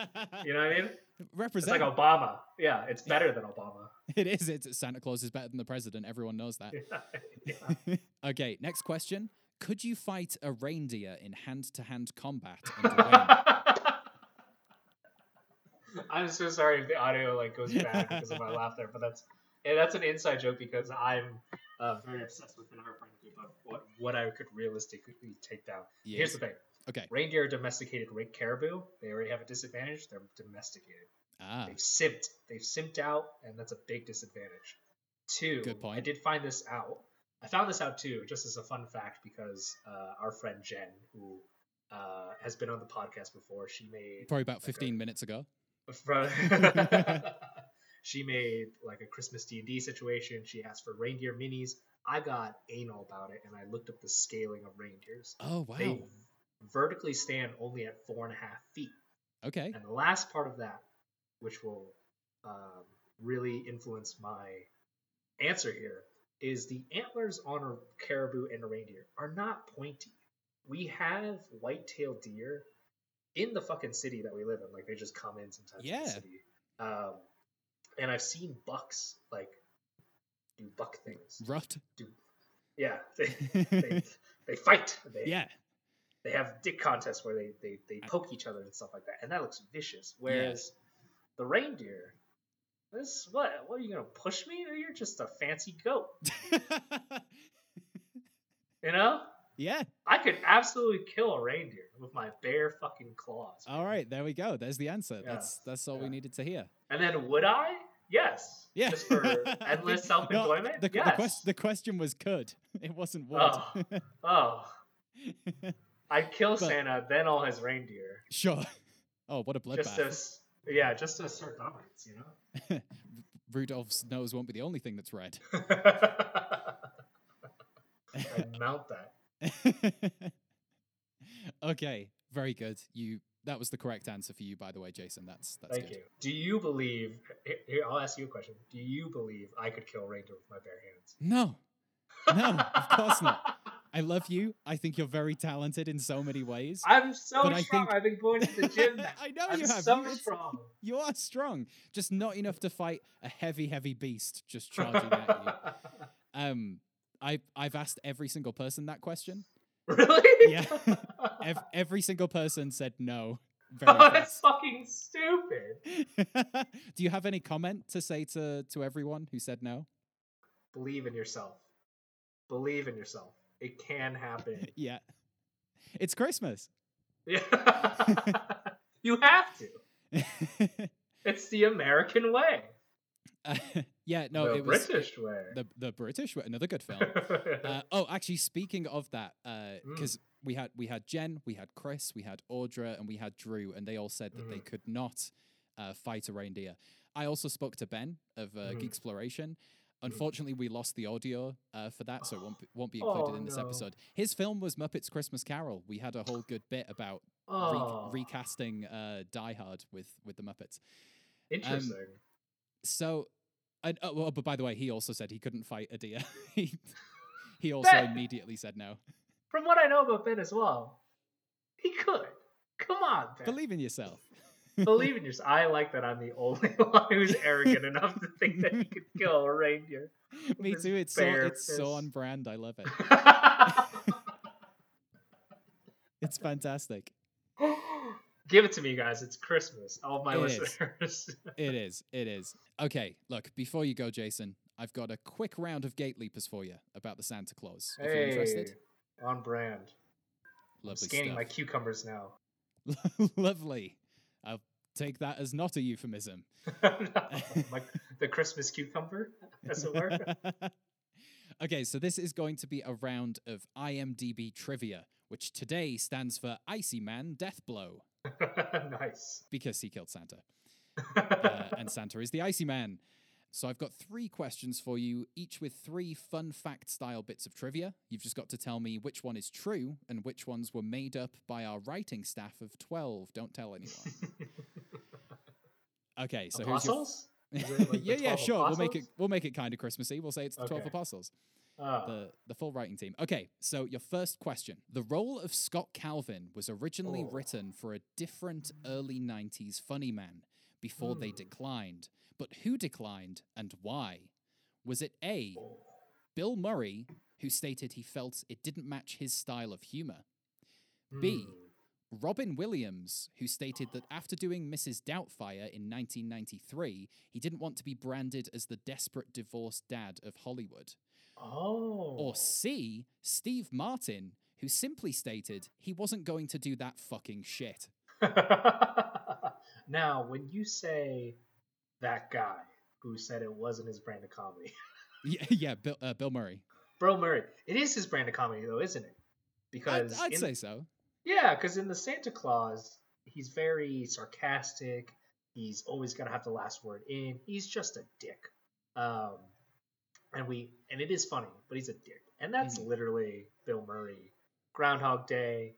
S9: You know what I mean? It's
S4: Represent.
S9: like Obama. Yeah, it's better than Obama.
S4: It is. It's Santa Claus is better than the president. Everyone knows that.
S9: Yeah.
S4: okay, next question. Could you fight a reindeer in hand-to-hand combat and win?
S9: I'm so sorry if the audio like goes bad because of my laugh there, but that's yeah, that's an inside joke because I'm uh, very obsessed with another friend group of what, what I could realistically take down. Here's the thing:
S4: Okay.
S9: reindeer are domesticated ra- caribou. They already have a disadvantage. They're domesticated.
S4: Ah,
S9: They've simped. They've simped out, and that's a big disadvantage. Two.
S4: Good point.
S9: I did find this out. I found this out too, just as a fun fact, because uh, our friend Jen, who uh, has been on the podcast before, she made
S4: probably about
S9: Okay.
S4: 15 minutes ago.
S9: from she made like a Christmas D and D situation. She asked for reindeer minis. I got anal about it, and I looked up the scaling of reindeers.
S4: Oh, wow.
S9: They vertically stand only at four and a half feet.
S4: Okay.
S9: And the last part of that, which will um, really influence my answer here, is the antlers on a caribou and a reindeer are not pointy. We have white-tailed deer in the fucking city that we live in. Like they just come in sometimes. to the
S4: Yeah.
S9: city. Um, and I've seen bucks like do buck things.
S4: Rut.
S9: Do yeah. They they, they fight. They,
S4: yeah.
S9: they have dick contests where they, they, they poke each other and stuff like that, and that looks vicious. Whereas the reindeer, this what what are you gonna push me? You're just a fancy goat, you know?
S4: yeah.
S9: I could absolutely kill a reindeer with my bare fucking claws.
S4: All right. There we go. There's the answer.
S9: Yeah,
S4: That's that's all we
S9: yeah.
S4: needed to hear.
S9: And then would I? Yes.
S4: Yeah.
S9: Just for
S4: I
S9: endless
S4: think- no,
S9: self employment.
S4: The, the
S9: yes.
S4: quest- the question was could. It wasn't would.
S9: Oh. oh, I'd kill
S4: But-
S9: Santa, then all his reindeer.
S4: sure. Oh, what a
S9: Just to,
S4: bloodbath.
S9: s- yeah, just to assert dominance, you know.
S4: Rudolph's nose won't be the only thing that's red.
S9: I'd mount that.
S4: okay, very good. You that was the correct answer for you, by the way, Jason. That's that's
S9: Thank
S4: good.
S9: you. Do you believe? here- Here, I'll ask you a question. Do you believe I could kill Ranger with my bare hands?
S4: No, no, of course not. I love you. I think you're very talented in so many ways.
S9: I'm so
S4: But I
S9: strong.
S4: think-
S9: I've been going to the gym. now.
S4: I know
S9: I'm
S4: you have.
S9: So
S4: You- it's-
S9: strong.
S4: You are strong, just not enough to fight a heavy, heavy beast just charging at you. Um, I I've asked every single person that question.
S9: really?
S4: Yeah. Ev- every single person said no. Very
S9: oh,
S4: fast.
S9: that's fucking stupid.
S4: Do you have any comment to say to to everyone who said no?
S9: Believe in yourself. Believe in yourself. It can happen.
S4: Yeah. It's Christmas.
S9: Yeah. you have to. It's the American way.
S4: Uh, yeah, no,
S9: the
S4: it was
S9: British way.
S4: the the British. Another good film. uh, oh, actually, speaking of that,
S9: Mm.
S4: because we had we had Jen, we had Chris, we had Audra, and we had Drew, and they all said that
S9: Mm-hmm.
S4: they could not uh, fight a reindeer. I also spoke to Ben of uh,
S9: Mhm.
S4: Geek Exploration. Unfortunately, we lost the audio uh, for that, so it won't be, won't be included
S9: Oh,
S4: in this
S9: no.
S4: episode. His film was Muppets Christmas Carol. We had a whole good bit about re-
S9: oh,
S4: recasting uh, Die Hard with with the Muppets.
S9: interesting.
S4: So, and, oh, well, but by the way, he also said he couldn't fight a deer. he, he also
S9: Ben!
S4: immediately said no.
S9: From what I know about Ben as well, he could. Come on, Ben. Believe,
S4: Believe in yourself.
S9: in yourself. I like that I'm the only one who's arrogant enough to think that he could kill a reindeer.
S4: Me
S9: This
S4: too. It's so
S9: bare
S4: it's so on
S9: fist.
S4: brand. I love it. It's fantastic.
S9: Give it to me, guys. It's Christmas. All my
S4: It is.
S9: listeners.
S4: It is. It is. Okay. Look, before you go, Jason, I've got a quick round of gate leapers for you about the Santa Claus. If you're
S9: hey,
S4: interested,
S9: on brand. I'm
S4: lovely
S9: scanning my
S4: stuff.
S9: cucumbers now.
S4: lovely. I'll take that as not a euphemism.
S9: my, the Christmas cucumber, as it were.
S4: okay, so this is going to be a round of IMDb trivia, which today stands for Icy Man Death Blow
S9: nice.
S4: because he killed Santa. uh, and Santa is the icy man. So I've got three questions for you, each with three fun fact style bits of trivia. You've just got to tell me which one is true and which ones were made up by our writing staff of 12. Don't tell anyone. Okay, so here's your.
S9: Apostles? Is it, like, the
S4: yeah, yeah,
S9: 12
S4: sure. We'll make it
S9: apostles?
S4: we'll make it kind of Christmassy. We'll say it's the 12
S9: Okay.
S4: apostles.
S9: Ah,
S4: The the full writing team. Okay, so your first question. The role of Scott Calvin was originally
S9: Oh.
S4: written for a different early 90s funny man before they
S9: Hmm.
S4: declined. But who declined and why? Was it A, Bill Murray, who stated he felt it didn't match his style of humor? B.
S9: hmm.
S4: Robin Williams, who stated that after doing Mrs. Doubtfire in 1993, he didn't want to be branded as the desperate divorced dad of Hollywood.
S9: Oh.
S4: Or C, Steve Martin, who simply stated he wasn't going to do that fucking shit.
S9: now, when you say that guy who said it wasn't his brand of comedy,
S4: Yeah, yeah Bill, uh, Bill Murray.
S9: Bro Murray, it is his brand of comedy though, isn't it?
S4: I'd,
S9: Because
S4: I'd
S9: in-
S4: say so.
S9: Yeah, because in the Santa Claus, he's very sarcastic. He's always gonna have the last word in. He's just a dick. Um, and we and it is funny, but he's a dick, and that's
S4: Mhm.
S9: literally Bill Murray, Groundhog Day,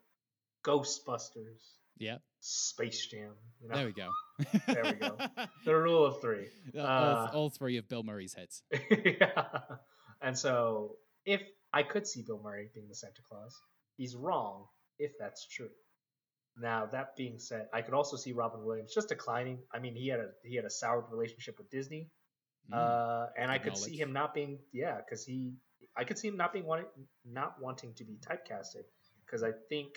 S9: Ghostbusters,
S4: Yeah,
S9: Space Jam. You know,
S4: there we go.
S9: There we go. the rule of three.
S4: all,
S9: Uh,
S4: all three of Bill Murray's hits.
S9: yeah. And so, if I could see Bill Murray being the Santa Claus, he's wrong if that's true. Now, that being said, I could also see Robin Williams just declining. I mean, he had a he had a soured relationship with Disney,
S4: Mm,
S9: uh, and I could see
S4: Acknowledge.
S9: him not being yeah, because he I could see him not being wanting not wanting to be typecasted because I think